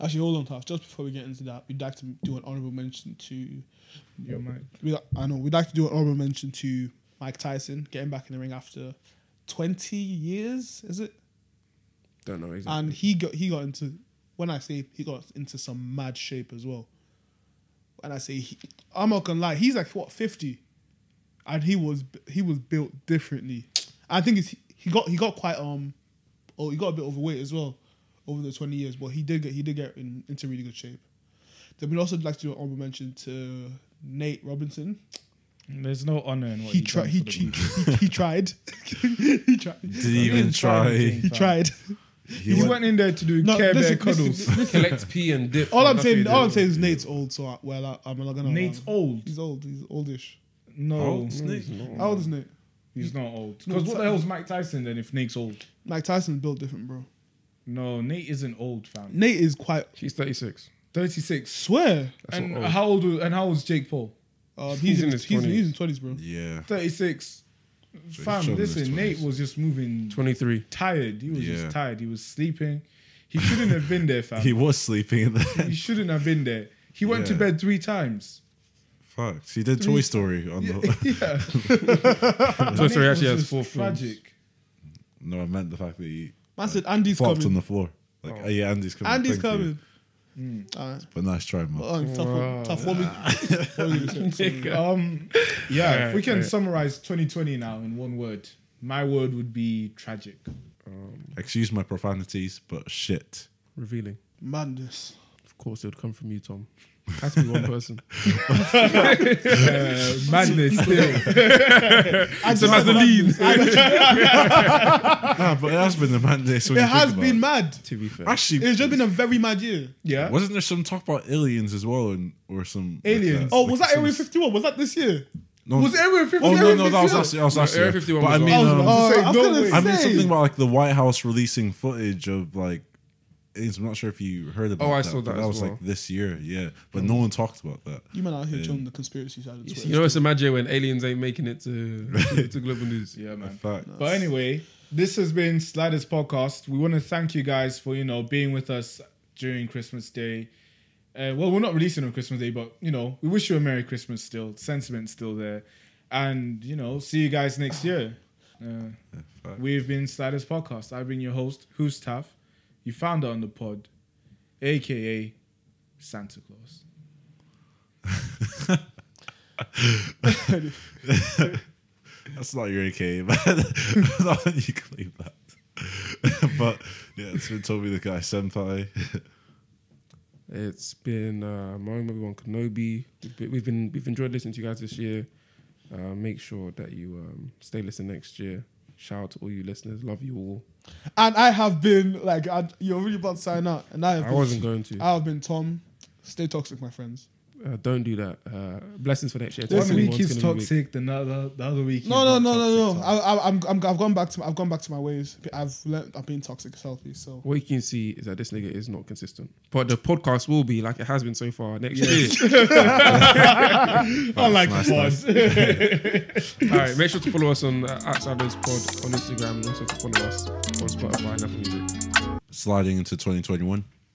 A: Actually, hold on, Tash. Just before we get into that, we'd like to do an honorable mention to.
B: Your mic.
A: We, I know we'd like to do an honorable mention to Mike Tyson getting back in the ring after twenty years. Is it?
D: Don't know exactly.
A: And he got he got into when I say he got into some mad shape as well. And I say he, I'm not gonna lie, he's like what fifty, and he was he was built differently. I think it's he got he got quite um, oh he got a bit overweight as well over the twenty years, but he did get he did get in, into really good shape. Then we'd also like to do an honorable mention to Nate Robinson.
B: There's no honor in what
A: He
B: you've
A: tried
B: done
A: he,
B: for the
A: he,
B: movie.
A: he, he tried he tried
C: Did he even
B: didn't try
C: try?
B: anything.
A: he tried.
C: He
B: You
C: went-
B: went, in there to do
A: No,
B: Care Bear
A: listen, listen,
B: cuddles.
D: Collect P and dip.
A: All
D: fam.
A: I'm
D: That's what
A: saying,
D: they
A: all I'm
D: do.
A: saying is Nate's old, so I, well, I, I'm not gonna.
B: Nate's old.
A: He's old. He's oldish.
B: No,
C: Oh, Snake.
A: How old is Nate?
B: he's not old. Because what the hell's Mike Tyson then if Nate's old?
A: Mike Tyson's built different, bro.
B: No, Nate isn't old, fam.
A: Nate is quite.
D: She's 36.
B: 36.
A: Swear.
D: That's
B: and
D: not old.
B: how old? was- And how old's Jake Paul?
A: Um, he's,
D: He's
A: in his he's,
D: 20s.
A: he's in twenties, bro.
C: Yeah.
B: 36.
C: he's showing
B: Fam,
C: his
B: listen, Nate
C: 20s.
B: was just moving
D: 23.
B: tired. He was
C: Yeah.
B: just tired. He was sleeping. He shouldn't have been there, fam.
C: He
B: he,
C: was sleeping in there.
B: shouldn't have been there. He went to
C: Yeah.
B: bed three times.
C: Fuck. He did Toy Story on the.
B: yeah.
D: Toy Story
B: Nate
D: actually
B: was
D: has
B: just
D: four films.
B: Tragic.
C: No, I meant the fact that he
A: I said Andy's
C: flopped on
A: coming.
C: the floor. Like, oh. yeah, Andy's coming.
A: Andy's
C: thank you."
A: coming. All right.
C: But nice try,
A: But,
C: man.
A: um, tough, one, tough one. What we gonna say?
D: Nigga.
B: Um, yeah,
D: Yeah,
B: if we can
D: yeah.
B: summarize 2020 now in one word, my word would be tragic.
C: Excuse my profanities, but shit.
D: Revealing.
A: Madness.
D: Of course, it would come from you, Tom. Has to be one person.
B: Uh, madness still.
A: I just
D: that's
A: said
D: the
A: madness. I just-
C: Ah, but it has been a man day. So
A: It has been mad.
D: to be fair.
C: Actually,
A: It's just been a very mad year.
B: Yeah.
C: wasn't there some talk about aliens as well, and or some like
B: Aliens?
C: that?
A: Oh,
C: Like
A: was that
C: some-
A: Area 51? Was that this year?
C: No,
B: Was Area 50?
C: Oh
B: was
C: no,
B: Area
C: no, that was
B: 51?
C: last year. That was last
D: Area
C: year.
D: 51
C: But I
D: was
C: mean,
D: last
A: year.
C: um,
A: Oh, I was
B: Say,
A: I was
B: no
A: gonna
B: way.
A: say-
C: I mean something about like the White House releasing footage of like. aliens. I'm not sure if you heard about.
D: Oh, I
C: that,
D: saw
C: but
D: that
C: That
D: as
C: was
D: well.
C: like this year, yeah. But no one talked about that.
A: You man out here joining the conspiracy side of Twitter.
D: You know, it's a magic when aliens ain't making it to, to, to global news.
B: Yeah, man.
C: Fact.
B: But anyway, this has been Sliders Podcast. We want to thank you guys for you know being with us during Christmas Day. Uh, well, we're not releasing on Christmas Day, but you know we wish you a Merry Christmas still. Sentiment's still there, and you know see you guys next year. Uh,
C: fact.
B: we've been Sliders Podcast. I've been your host, who's tough. You found her on the pod, aka Santa Claus.
C: That's not your AK, man. not that you claim that. but yeah, it's been Toby the guy senpai.
D: It's been uh, Mario Maybe One Kenobi. We've been, we've been we've enjoyed listening to you guys this year. Uh, make sure that you um, stay listening next year. Shout out to all you listeners. Love you all.
A: And I have been like, I, you're really about to sign out, and I have.
D: I
A: been-
D: wasn't going to.
A: I have been Tom. Stay toxic, my friends.
D: Uh, don't do that. Uh, blessings for next year.
B: One
D: 2021's
B: week is
D: gonna be big.
B: toxic, the other the other week. is
A: No, no,
B: not
A: no, no,
B: toxic,
A: no.
B: so-
A: I, I, I'm, I'm, I've gone back to, I've gone back to my ways. I've learned, I've been toxic, is healthy. So
D: What you can see is that this nigga is not consistent. But the podcast will be like it has been so far next year.
B: I like
C: Nice,
B: the pod.
C: nice.
D: All right, make sure to follow us on uh, Outsiders Pod on Instagram and also to follow us on Spotify and Apple Music.
C: Sliding into 2021.